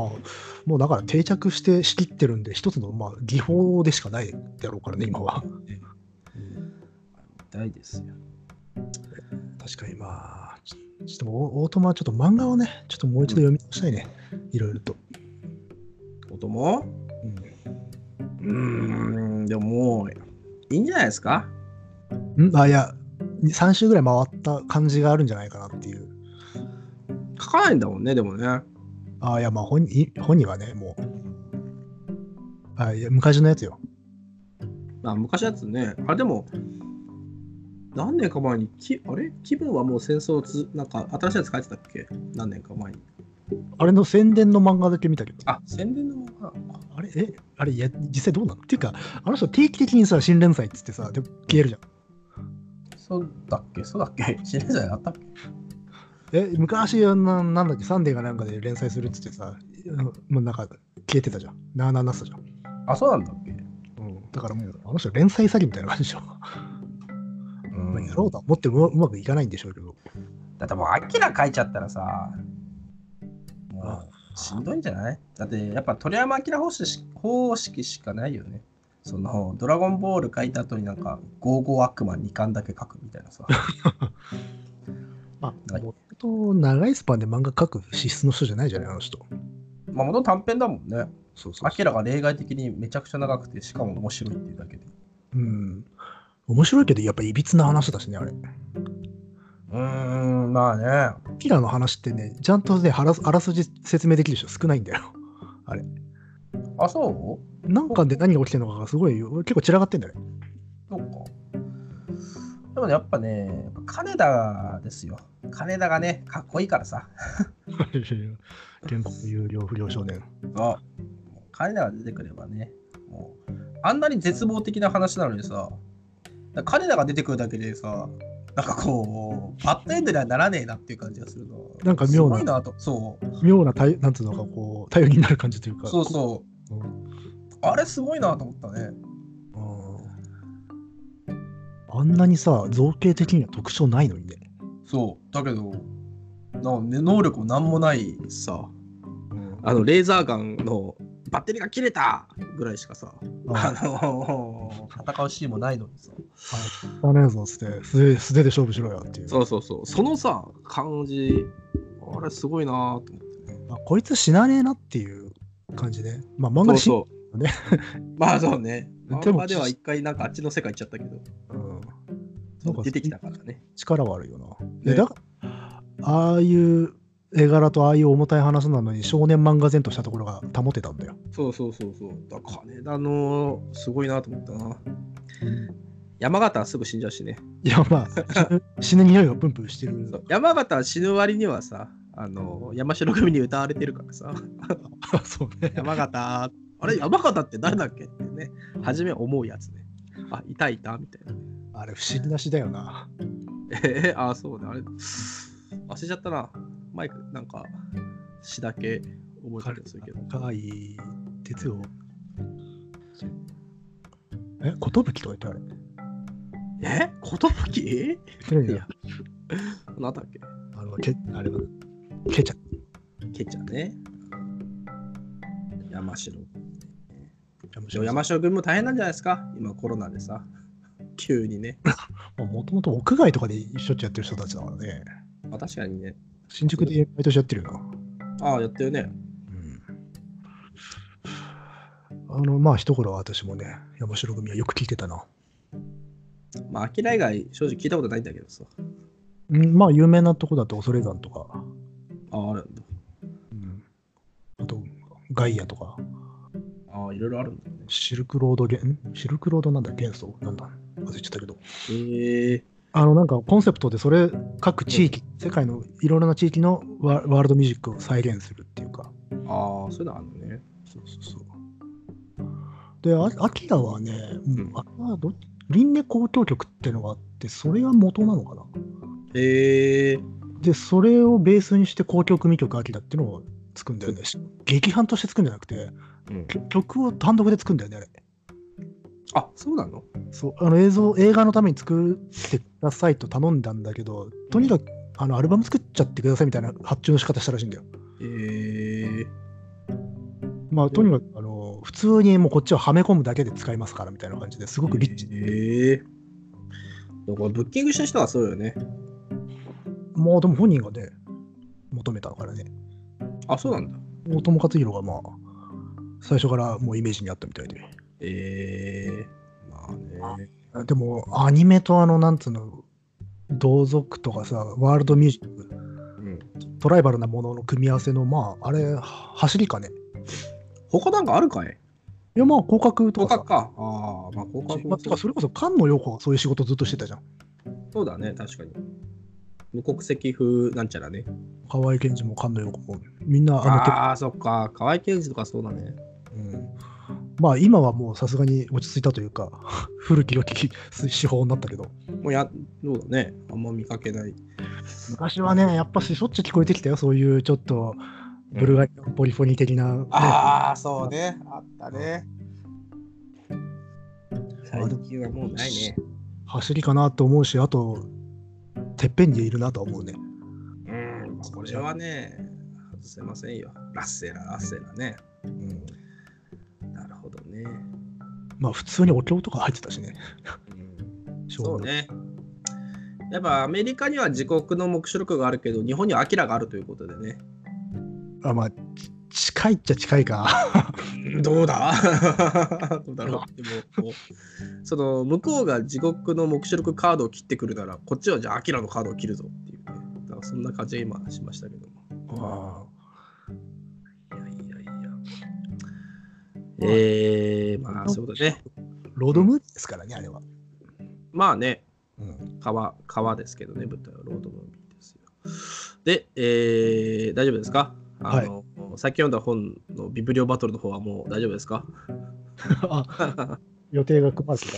もうだから定着して仕切ってるんで、一つの、まあ、技法でしかないだろうからね、今は。見たいですよ。確かにまあ、ちちょっともうオートマはちょっと漫画をね、ちょっともう一度読み直したいね、いろいろと。子供ううーん、でももう、いいんじゃないですかん、んあいや、3週ぐらい回った感じがあるんじゃないかなっていう。書かないんだもんね、でもね。あいや、まあ本人、本人はね、もう。あいや昔のやつよ。あ昔のやつね。あれでも、何年か前に、きあれ気分はもう戦争をつ、なんか新しいやつ書いてたっけ何年か前に。あれの宣伝の漫画だけ見たけど。あ、宣伝の漫画なのか。あれえあれいや、実際どうなのっていうか、あの人定期的にさ、新連載っつってさ、で消えるじゃん。そうだっけそうだっけ 知らないあったっけえ、昔な、なんだっけ、サンデーがなんかで連載するっつってさ、もうなんか消えてたじゃん。なあなあなってたじゃん。あ、そうなんだっけうん、だからもう、あの人連載詐欺みたいな感じでしょ。うまあやろうとは思ってもううまくいかないんでしょうけど。だってもう、アキラ書いちゃったらさ、もう、しんどいんじゃないだって、やっぱ鳥山明方式方式しかないよね。その、ドラゴンボール書いた後になんか、ゴーゴー悪魔2巻だけ書くみたいな さ。まあ、はいもともと長いスパンで漫画描く資質の人じゃないじゃない、あの人。まあ、元短編だもんね。そうそアキラが例外的にめちゃくちゃ長くて、しかも面白いっていうだけで。う。うん。面白いけど、やっぱいびつな話だしね、あれ。うーん、まあね。キラの話ってね、ちゃんとね、あらあらすじ説明できる人少ないんだ よ。あ、そうなんかで何が起きてるのかがすごい、結構散らかってんだよね。そうか。でもね、やっぱね、やっぱ金田ですよ。金田がね、かっこいいからさ。 原告有料不良少年。あもう金田が出てくればね、もう、あんなに絶望的な話なのにさ、だ金田が出てくるだけでさ、なんかこう、バッドエンドにはならねえなっていう感じがするの。なんか妙なすごいなと。そう、妙なたい、なんつうのか、こう、頼りになる感じというか。そうそうう。あれすごいなと思ったね。うあんなにさ造形的には特徴ないのにねそうだけどな、ね、能力も何もない、さあうんあのレーザーガンのバッテリーが切れたぐらいしかさああの戦うシーンもないのにさあねえぞっつって素手素手で勝負しろよっていうそうそうそうそのさ感じあれすごいなと思ってまあ、こいつ死なねえなっていう感じでまあ漫そ画うで死んそう、ね まあそうねで漫も画では一回なんかあっちの世界行っちゃったけどうんなんか出てきたからね力はあるよな。ねえだからああいう絵柄とああいう重たい話なのに少年漫画前としたところが保てたんだよ。そうそうそうそうだから金田のすごいなと思ったな山形はすぐ死んじゃうしねいやまあ 死ぬ匂いがプンプンしてる。山形は死ぬ割にはさあの山城組に歌われてるからさ そうね。山形あれ山形って誰だっけってね初め思うやつねあいたいたみたいなあれ不思議な詩だよな。えー、あそうねあれ忘れちゃったなマイクなんか詩だけ覚えてたりするけどかわいい哲を。え、寿とか言ってあれ。え寿テレビいやなんだっけあのけあれはケチャ。ケチャね山城山でも山城君も大変なんじゃないですか今コロナでさ急にね、もともと屋外とかでしょっちゅうやってる人たちだからね。まあ、 確かにね新宿で毎年やってるよな。ああやってるねあのまあ一頃は私もね山城組はよく聞いてたな、まあきら以外正直聞いたことないんだけどさうん、まあ有名なとこだと恐山とか、あああるんだうん、あとガイアとかああいろいろあるんだねシルクロードゲンシルクロードなんだ元素なんだ忘れちゃったけどへえあのなんかコンセプトでそれ各地域、世界のいろいろな地域のワワールドミュージックを再現するっていうかああそういうのあるのねそうそうそうであアキラはね、んあれはど輪廻交響曲っていうのがあってそれが元なのかなへえでそれをベースにして交響組曲秋だっていうのを作るんだよねし劇伴として作るんじゃなくてうんき曲を単独で作るんだよねあれあそうなのそうあの映像映画のために作ってくださいと頼んだんだけどとにかくあのアルバム作っちゃってくださいみたいな発注の仕方したらしいんだよへえまあとにかくあの普通にもうこっちははめ込むだけで使いますからみたいな感じですごくリッチへえだからブッキングした人はそうよねもうでも本人がね求めたからねあそうなんだ大友克洋がまあ最初からもうイメージにあったみたいでへえまあねでもアニメとあのなんつうの同族とかさワールドミュージックうんトライバルなものの組み合わせのまああれは走りかね他なんかあるかいいやまあ広角と広か角さかああまあ広角まあもてそかうそれこそ菅野陽子がそういう仕事ずっとしてたじゃんそうだね確かに無国籍風なんちゃらね河合健二も菅野陽子もみんなあのああーそっか河合健二とかそうだねうんまあ今はもうさすがに落ち着いたというか 古き良き手法になったけどもうやそうだねあんま見かけない昔はねやっぱししょっちゅう聞こえてきたよそういうちょっとブルガリアポリフォニー的な、ねああそうねあったね最近はもうないね走りかなと思うしあとてっぺんにいるなとは思うねうんこれはね外せませんよラッセララッセラねうんなるほどね、まあ普通にお経とか入ってたしね。そうねやっぱアメリカには自国の目視録があるけど日本にはアキラがあるということでねあまあち近いっちゃ近いか。どうだ どうだろ うでもこうその向こうが地獄の目視録カードを切ってくるならこっちはじゃあアキラのカードを切るぞっていうねだからそんな感じが今しましたけどもいやいやいやえー、まあそうだねロードムービーですからねあれは。まあねうん、川川ですけどね舞台はロードムービーですよで、えー、大丈夫ですかあの、さっき読んだ本のビブリオバトルの方はもう大丈夫ですかあ予定が組まれてた。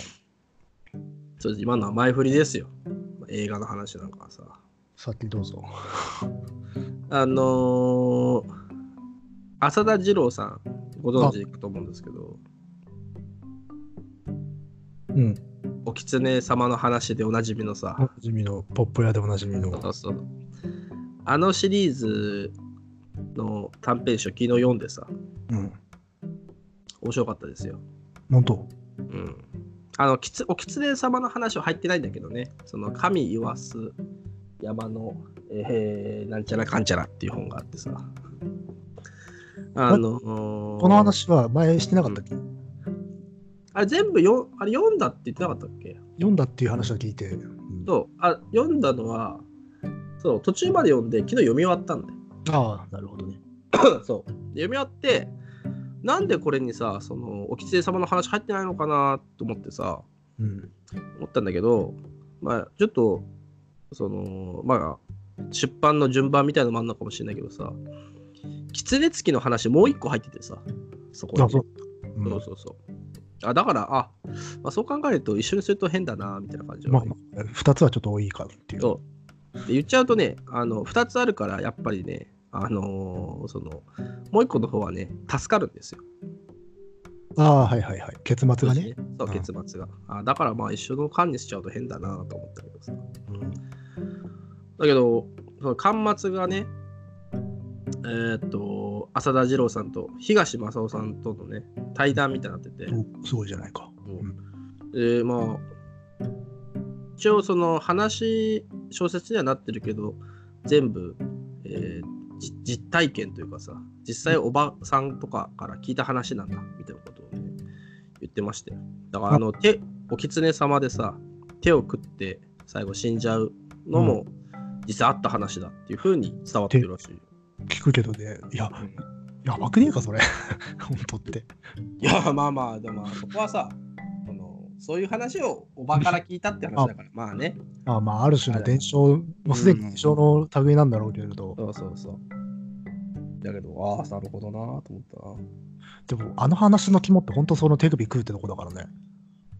そうです今のは前振りですよ映画の話なんかはささっきどうぞ。あのー浅田次郎さん、ご存知かと思うんですけど、うん。お狐様の話でおなじみのさ、おなじみの、ポップ屋でおなじみの。そうそうあのシリーズの短編集昨日読んでさうん。面白かったですよ、本当うん、あのきつお狐様の話は入ってないんだけどねその神言わす山の、えーなんちゃらかんちゃらっていう本があってさあのこの話は前してなかったっけ、あれ全部よあれ読んだって言ってなかったっけ読んだっていう話は聞いて。そうあ読んだのはそう途中まで読んで昨日読み終わったんだよああ、なるほどね。 そう。で読み終わって、なんでこれにさ、その、お狐様の話入ってないのかなと思ってさ、うん。思ったんだけど、まあ、ちょっと、その、まあ、出版の順番みたいなのもあんのかもしれないけどさ、狐付きの話もう一個入っててさ、そこに、あそう。うんそうそうそうあだから、あ、まあ、そう考えると一緒にすると変だな、みたいな感じまはあ、まあ二つはちょっと多いかっていう。そうで言っちゃうとねあの2つあるからやっぱりねあのーそのもう1個の方はね助かるんですよ。ああ、はいはいはい。結末がね。そううん結末が、あ。だからまあ一緒の巻にしちゃうと変だなと思ったけどさ。だけどその巻末がねえーっと浅田次郎さんと東正夫さんとのね対談みたいになってて、おすごいじゃないか。でまあ一応その話小説にはなってるけど全部、えーじ実体験というかさ実際おばさんとかから聞いた話なんだみたいなことをね言ってましてだからあの手お狐様でさ手を食って最後死んじゃうのも実際あった話だっていうふうに伝わってるらしい。聞くけどね。いや、やばくねえか、それ。 本当って。いやまあまあでもまあそこはさそのそういう話をおばから聞いたって話だからまあねああまあ、ある種の伝承、もうすでに伝承の類なんだろうけれど、そうそうそう。だけど、ああ、なるほどなと思っでも、あの話の肝って本当その手首食うってとこだからね。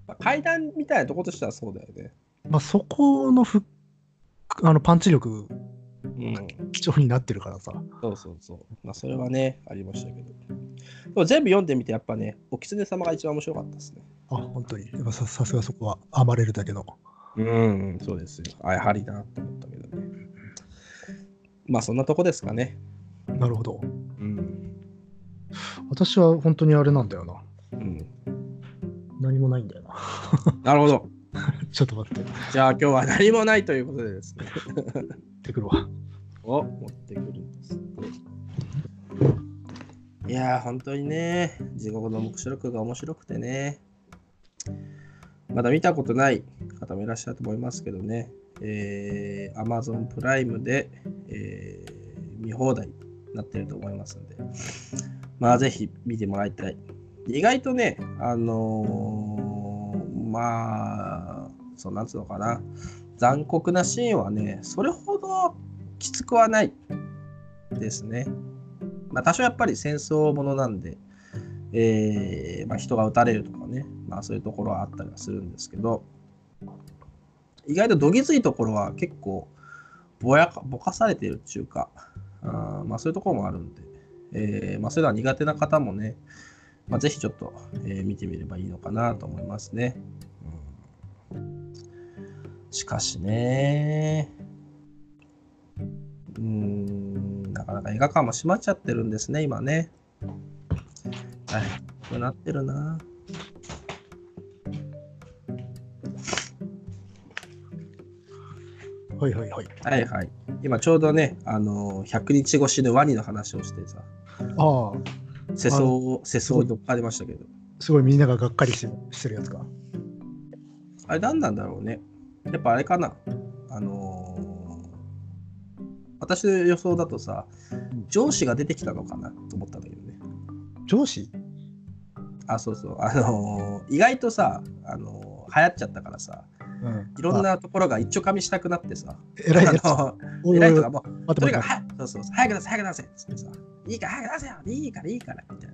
たな。階段みたいなとことしてはそうだよね。まあ、そこのふあのパンチ力、うん。貴重になってるからさ。そうそうそう。まあ、それはね、ありましたけど。でも全部読んでみて、やっぱね、お狐様が一番面白かったですね。あ、本当に。やっぱささすがそこは、暴れるだけの。うん、そうですよ。あやはりなと思ったけどね。まあ、そんなとこですかね。なるほど。うん。私は本当にあれなんだよな。うん、何もないんだよな。 なるほど。ちょっと待って、持じゃあ、今日は何もないということでですね。ってくるわ。を持ってくるんですって。いやー、本当にね、地獄の黙示録が面白くてね、まだ見たことない方もいらっしゃると思いますけどね、えー、Amazon プライムで、えー見放題になってると思いますので、まあ、ぜひ見てもらいたい。意外とね、あのーまあ、そうなんつうのかな、残酷なシーンはね、それほどきつくはないですね。まあ、多少やっぱり戦争ものなんで、えーまあ、人が撃たれるとかね、まあ、そういうところはあったりはするんですけど、意外とどぎついところは結構ぼやかぼかされているっていうか、あーまあ、そういうところもあるんで、えーまあ、そういうのは苦手な方もね、まあ、ぜひちょっと、えー見てみればいいのかなと思いますね。うんしかしね、うーんなかなか映画館も閉まっちゃってるんですね、今ね。大変くなってるな。はいはいはい。はいはい。今ちょうどね、あのー、100日越しのワニの話をしてさ、ああ、世相を、世相に乗っかれましたけど。すごいみんなががっかりしてしてるやつか。あれ何なんだろうね。やっぱあれかな。あのー私の予想だとさ、上司が出てきたのかなと思ったんだけどね。上司あ、そうそう。あのー意外とさ、あのー流行っちゃったからさ、うんいろん。なところが一丁噛みしたくなってさ、えらいやつ。あのーおいお偉いい人おいがもう、待とっにてかく、待って。はそうそうそう、早く出せ、早く出せっつってさ、いいから早く出せよ、いいからいいからみたい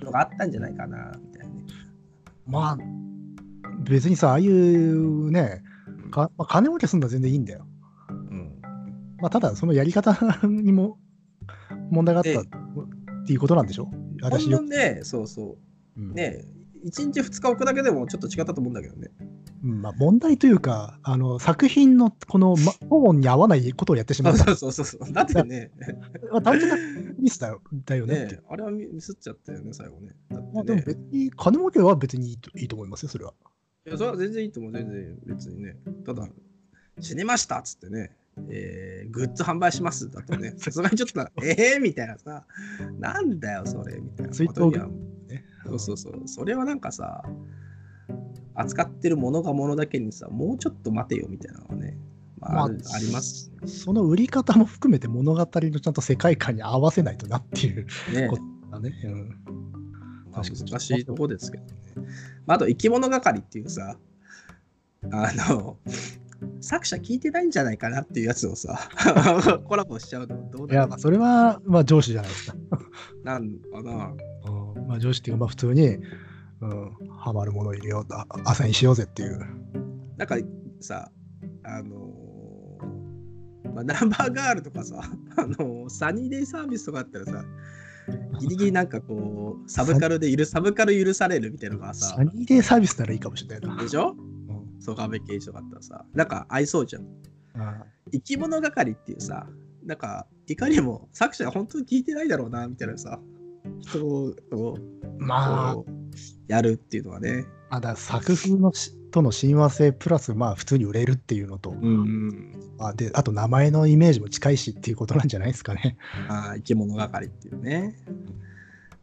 なのがあったんじゃないかな、みたいなね。まあ、別にさ、ああいうね、かまあ、金儲けすんのは全然いいんだよ。うん。まあ、ただ、そのやり方 にも問題があったっていうことなんでしょほん私のよ、ね、そうそうう、んね、1日2日置くだけでもちょっと違ったと思うんだけどね。うんまあ、問題というかあの作品のこのまトーンに合わないことをやってしまあ うそうそうそうそう。だって ね、まあ単純なミスだよ だよねってねあれはミミスっちゃったよね、最後ね。だまあ、っでてもね。別に金儲けは別にいいといいと思いますよそれはいや、それは全然いいと思う、全然別にね。ただ、死にましたっつってね、えー、グッズ販売しますだと ね、さすがにちょっと、えーみたいなさ、なんだよ、それみたいな。追悼いやねそうそうそう、それはなんかさ、扱ってるものがものだけにさ、もうちょっと待てよみたいなのはね、まあ、あるまあありますその売り方も含めて物語のちゃんと世界観に合わせないとなっていう ねこ。かね、うん、まあ確かに難しいとこですけどね。まあ、あと、生き物係っていうさ、あの、作者聞いてないんじゃないかなっていうやつをさ、 コラボしちゃうのどういやなまのあそれはまあ上司じゃないですか、なんかな。うんまあ、上司っていうかまあ普通に、うん、ハマるもの入れようと朝にしようぜっていうなんかさ、あのまあ、ナンバーガールとかさ、あのサニーデイサービスとかあったらさ、ギリギリなんかこう、サブカルで許サブカル許されるみたいなのがさサ、ニーデイサービスならいいかもしれないな、でしょうんソガベ系とかあったらさ、なんか合いそうじゃん。あ生き物係っていうさなんかいかにも作者が本当に聞いてないだろうなみたいなさ人をこうまあやるっていうのはね、あだから作風のしとの親和性プラスまあ普通に売れるっていうのと、うんあであと名前のイメージも近いしっていうことなんじゃないですかね。あー生き物係っていうね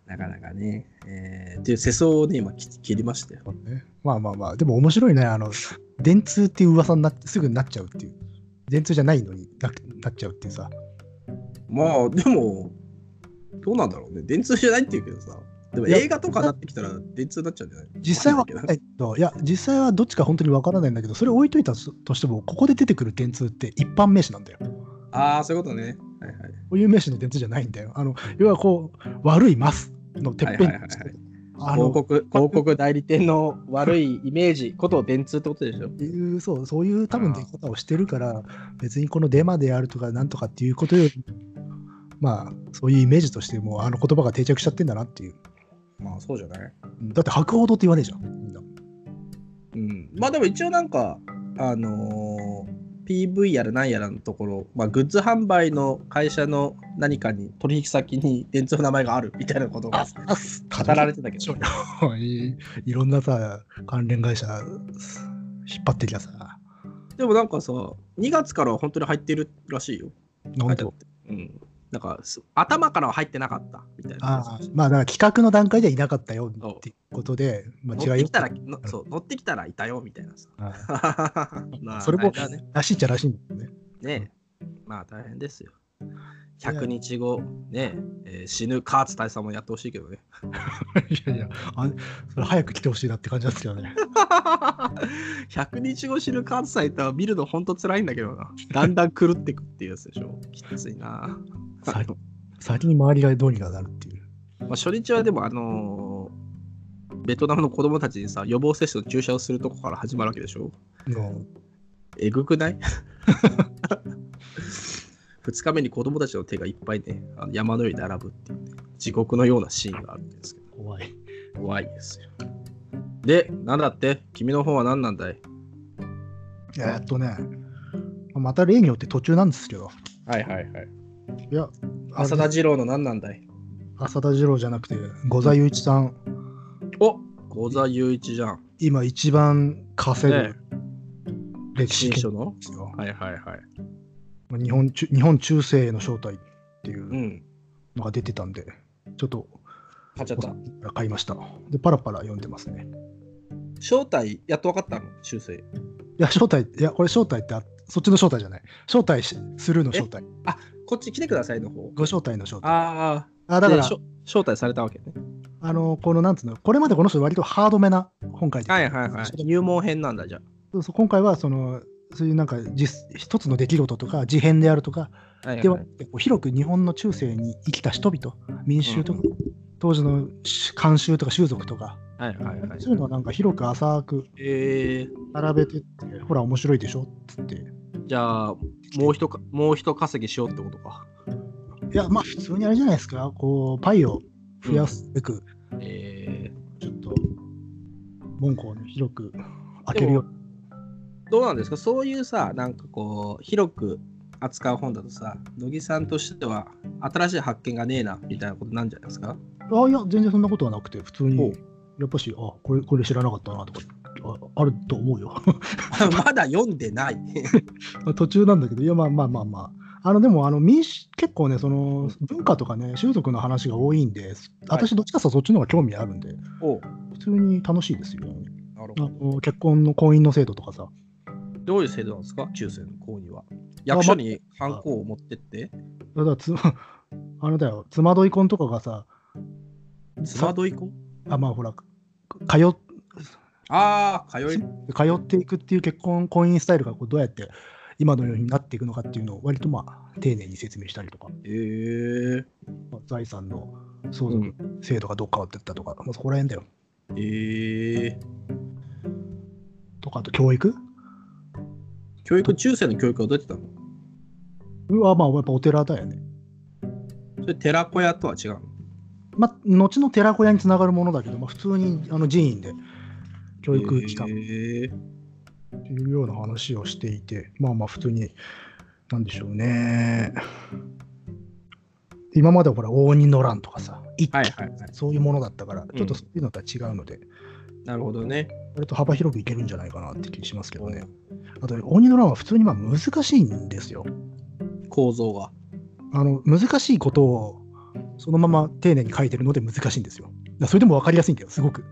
なかなかね、えー、っていう世相をね今切切りましたよまあまあまあでも面白いねあの電通っていう噂になってすぐになっちゃうっていう電通じゃないのにななっちゃうっていうさまあでもどうなんだろうね電通じゃないっていうけどさでもいや映画とかなってきたら電通になっちゃうんじゃない実際は分からないけどいや実際はどっちか本当にわからないんだけどそれ置いといたとしてもここで出てくる電通って一般名詞なんだよ。ああそういうことねはいはいこういう名詞の電通じゃないんだよ。あの要はこう悪いマスのてっぺはんにいはいはいはいあ広の告広告代理店の悪いイメージことを電通ってことでしょっていうそうそういう多分出来方をしてるから別にこのデマであるとかなんとかっていうことよりまあそういうイメージとしてもうあの言葉が定着しちゃってんだなっていうまあそうじゃないうんだって博報堂って言わねえじゃんみんなうん、まあでも一応なんか、あのー PV やらなんやらのところ、まあ、グッズ販売の会社の何かに取引先に電通の名前があるみたいなことが語語られてたけど、どい いろんなさ関連会社引っ張ってきたさでもなんかさ2月からは本当に入ってるらしいよなんとうんなんかす頭からは入ってなかったみたいなああまあだから企画の段階ではいなかったよそうってことで間乗っ違ていきたらのそう乗ってきたらいたよみたいなさ あまそれもあだねらしいっちゃらしいん だよねねえ、まあ大変ですよ。100日後、ねええー死ぬカーツ大佐もやってほしいけど ね。いやいやあそれ早く来てほしいなって感じなんですけ どね100日後死ぬカーツ大佐は見るのほんと辛いんだけどな。だんだん狂ってくっていうやつでしょ。きついな。最後先に周りがどうにかなるっていうまあ、初日はでも、あのーベトナムの子供たちにさ、予防接種の注射をするとこから始まるわけでしょ。のえぐくない 2日目に子供たちの手がいっぱいね、あの山のように並ぶっていうね、地獄のようなシーンがあるんですけど。怖い。怖いですよ。で、なんだって君の方は何なんだいえーっとね、また例によって途中なんですけど、はいはいはい。いや、浅田二郎の何なんだい浅田次郎じゃなくて、五座雄一さん、お小座雄一じゃん。今一番稼ねぐ歴史新研書究のですよ。はいはいはい。。日本中日本中世の正体っていううんのが出てたんで、ちょっと買っちゃった。買いました。で、パラパラ読んでますね。正体、やっと分かったの修正。いや、正体、いや、これ正体ってあ、そっちの正体じゃない。正体しするの正体。こっち来てくださいの方。ご正体の正体。ああ、あ、だからでし、ょ招待されたわけね。あの、この、なんつうの、これまでこの人割とハードめな本書いてたはいはいはい。入門編なんだじゃそうそう今回はそのそういうなんか実一つの出来事とか事変であるとかあ。はいでははないくてこう広く日本の中世に生きた人々民衆とか、う当時の慣習とか習俗とか、はいはいはい。そういうのをなんか広く浅くえー、並べてってほら面白いでしょっつっていじゃあ、もう一か、もう一稼ぎしようってことか。やまあ普通にあれじゃないですかこうパイを増やすべくえー、ちょっと門戸をね広く開けるようどうなんですかそういうさ、なんかこう、広く扱う本だとさ、乃木さんとしては、新しい発見がねえな、みたいなことなんじゃないですかあいや、全然そんなことはなくて、普通ほにう、やっぱし、あこれこれ知らなかったなとか、ああると思うよ。 まだ読んでない。途中なんだけど、いや、まあまあまあまあ。あのでもあの民主結構ね、その文化とかね、習俗の話が多いんで、私、どっちかというとそっちの方が興味あるんで、おう普通に楽しいですよ、なるあほど。の結婚の婚姻の制度とかさ、どういう制度なんですか抽選の購入は。役所にハンコを持ってって、だからつ あのだよ、妻どい婚とかがさ、スマドイコあまあほら、通っああ、通い。通っていくっていう結婚婚姻スタイルがこうどうやって今のようになっていくのかっていうのを割とまあ丁寧に説明したりとか、えー、まあ財産の相続制度がどう変わってったとか、もうそこら辺だよ。ええとかあと教育教育、中世の教育はどうやってたのはまあやっぱお寺だよね。それ寺子屋とは違うのまあ後の寺子屋につながるものだけど、まあ、普通にあの寺院で教育機関えーっていうような話をしていて、まあまあ普通に、なんでしょうね。今まではほら、応仁の乱とかさ、一揆はいはいはい。そういうものだったから、んちょっとそういうのとは違うので、なるほどね。割と幅広くいけるんじゃないかなって気しますけどね。あと、応仁の乱は普通にまあ難しいんですよ。構造が。あの難しいことをそのまま丁寧に書いてるので難しいんですよ。だからそれでも分かりやすいんだよ、すごく。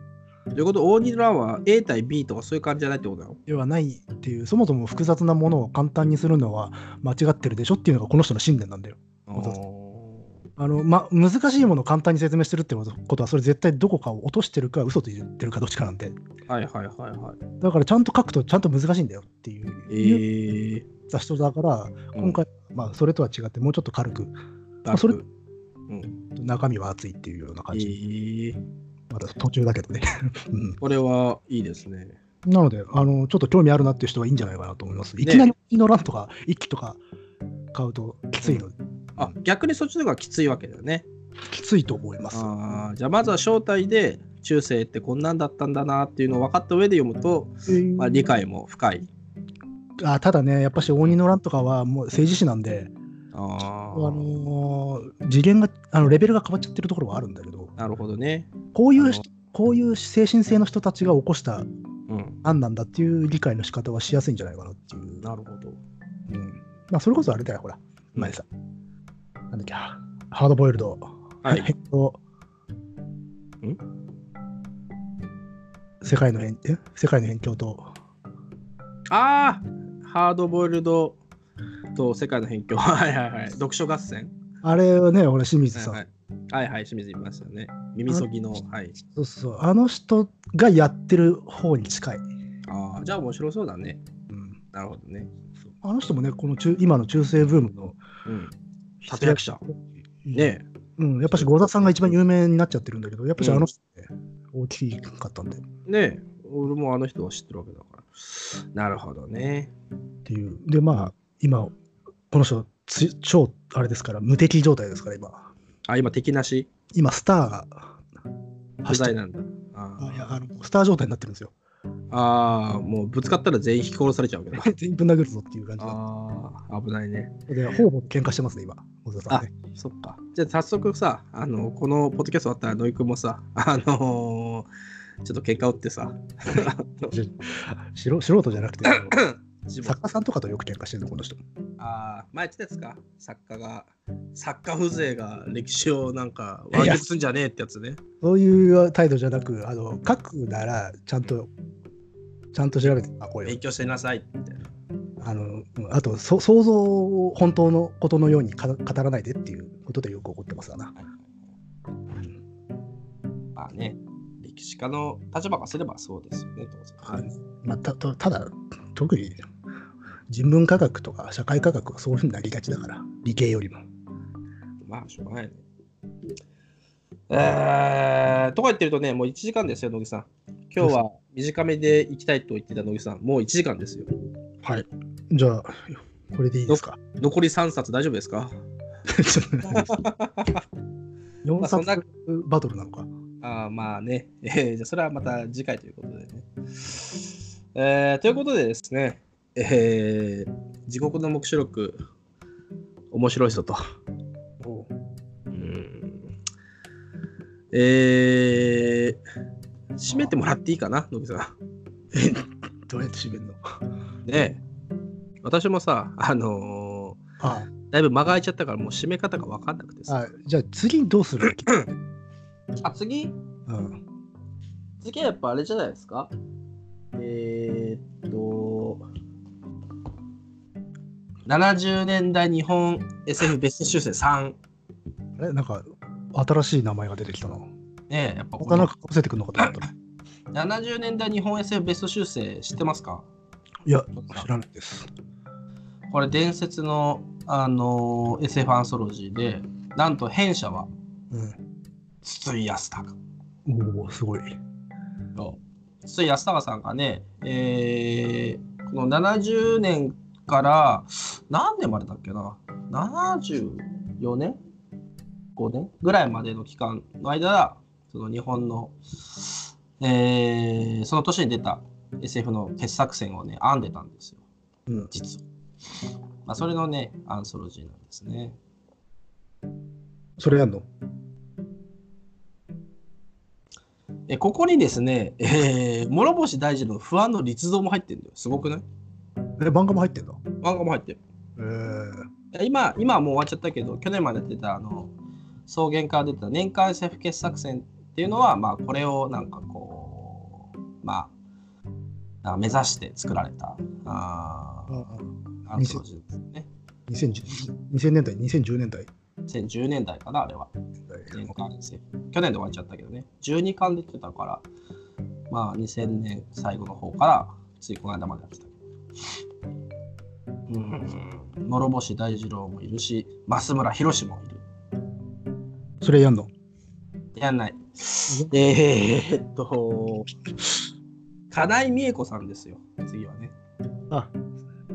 ということ、オーニラは A 対 B とかそういう感じじゃないってことなのではないっていう、そもそも複雑なものを簡単にするのは間違ってるでしょっていうのがこの人の信念なんだよ。あのま、難しいものを簡単に説明してるってことは、それ絶対どこかを落としてるか、嘘と言ってるかどっちかなんで、はいはいはいはだからちゃんと書くとちゃんと難しいんだよっていう、い。ええ言った人だから、うん今回、まあ、それとは違って、もうちょっと軽く、ダークそれうん、中身は熱いっていうようなえ感じ、えまだ途中だけどね。 うんこれはいいですね。なのであの、ちょっと興味あるなっていう人はいいんじゃないかなと思います。いきなりのランとか、一気とか買うときついの、あ逆にそっちの方がきついわけだよね。きついと思います。あーじゃあまずは正体で中世ってこんなんだったんだなっていうのを分かった上で読むと、まあ、理解も深い。あただね、やっぱし応仁の乱とかはもう政治史なんで、ああーのー次元があのレベルが変わっちゃってるところはあるんだけどなるほどね。こういあうの人こういう精神性の人たちが起こしたうん、案なんだっていう理解の仕方はしやすいんじゃないかなっていう、なるほど。うんまあ、それこそあれだよほら前さ、なんだっけハハードボイルド、はい 変動ん世界の変え世界の辺境とああハードボイルドと世界の辺境。 はいはいはい。読書合戦。あれはねほら清水はいさん、はい。はいはい、清水いましたね。耳そぎの。はい。そうそうあの人がやってる方に近い、ああ、じゃあ面白そうだね。うんなるほどね。あの人もねこの中今の中世ブームのうん。立役者。ねうん、やっぱし郷田さんが一番有名になっちゃってるんだけど、やっぱしあの人ね、大きかったんでっえ。ねえ。俺もあの人は知ってるわけだから。なるほどね。ていう。で、まあ、今、この人、つ超、あれですから、無敵状態ですから、今。あ、今敵なし今、スターが不走っ在てるなんだ。あいやああのスター状態になってるんですよ。 ーあー、もうぶつかったら全員引き殺されちゃうわけど。全員ぶん殴るぞっていう感じなああ、危ないね。ので、ほぼ喧嘩してますね、今、小田さんね。そっか。じゃあ早速さ、あの、このポッドキャスト終わったら、ノイ君もさ、あのーちょっと結果打ってさ、 しろ素人じゃなくて、あの自分作家さんとかとよく喧嘩してるの、この人。ああ、前言ってたやつか、作家が、作家風情が歴史をなんか、わいすんじゃねえってやつね。そういう態度じゃなく、あの書くなら、ちゃんと、ちゃんと調べて、あ、こういう勉強してなさいって。あのうんあとそ想像を本当のことのようにか語らないでっていうことでよく怒ってますわな。まあね、歴史家の立場がすればそうですよね、当然。まあ、たとただ特に人文科学とか社会科学はそういうふうになりがちだから理系よりも。まあ、しょうがないね。えー、とか言ってるとね、もう1時間ですよ、野木さん。今日は短めで行きたいと言ってた野木さん、もう1時間ですよ。はい。じゃあこれでいいですか。残り3冊大丈夫ですか 4そん冊なバトルなのか。あーまあね、 えーじゃあそれはまた次回ということでね。えーということでですね、えー地獄の黙示録、面白い人と。おうんえー、締めてもらっていいかな、野木さん。どうやって締めるのねえ私もさ、あのあーだいぶ間が空いちゃったから、もう締め方が分かんなくてさ。はい、じゃあ次どうする、 あ次うん、次はやっぱあれじゃないですかえー、っと70年代日本 SF ベスト修正3えなんか新しい名前が出てきたなねえやっぱこ他れなんかかぶせてくるのかと思ったら70年代日本 SF ベスト修正知ってますかいや知らないですこれ伝説の、あのー SF アンソロジーでなんと編者はうん筒井康隆おおすごい筒井康隆さんがね、えーこの70年から何年までだっけな74年5年ぐらいまでの期間の間だその日本の、えーその年に出た SF の傑作選をね編んでたんですようん実は、まあ、それのねアンソロジーなんですねそれやんのえここにですね、えー諸星大二郎の不安の立像も入ってるんだよすごくないえ漫画も入ってんだ漫画も入ってるえー、今今はもう終わっちゃったけど去年まで出たあの草原から出た年間 SF 傑作選っていうのはまあこれをなんかこうまあなんか目指して作られたあーあアンソロジーですね2010 2000年代2010年代2010年代かなあれは年間 SF 去年で終わっちゃったけどね12巻出てたからまあ2000年最後の方からついこの間までやってたうん諸星大二郎もいるし増村博もいるそれやんのやんない。えーっと、金井美恵子さんですよ、次はね。あ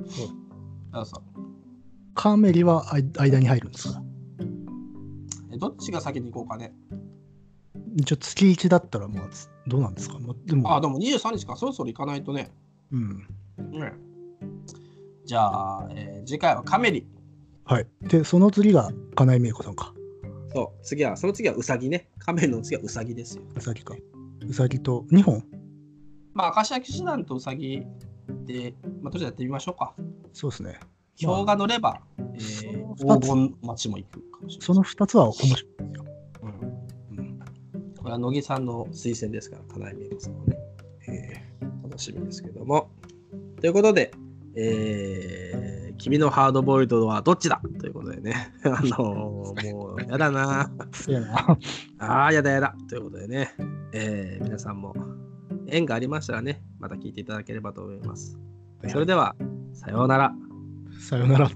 そう。あそうカーメリはあい間に入るんですかえどっちが先に行こうかね。一応月1だったらまあつどうなんですか、まあ、でもあ、でも23日か、そろそろ行かないとね。うんうん。じゃあ、えー次回はカメリ。はいでその次が金井美恵子さんかそう、次は、その次はウサギね。カメリの次はウサギですよ。うさぎかうさぎと2本まあ、明石焼き師団とウサギで、まあ、とりあえずやってみましょうか。そうですね票が乗れば、えーその二黄つ金町も行くかもしれない。その2つは面白い、うんうんこれは乃木さんの推薦ですから、金井美恵子さんはね、えー楽しみですけども。ということで、えー君のハードボイルドはどっちだということでね、 あのーもうやだなせ やなああ、やだやだということでね、えー皆さんも縁がありましたらね、また聞いていただければと思います。それでは、さようなら。さようなら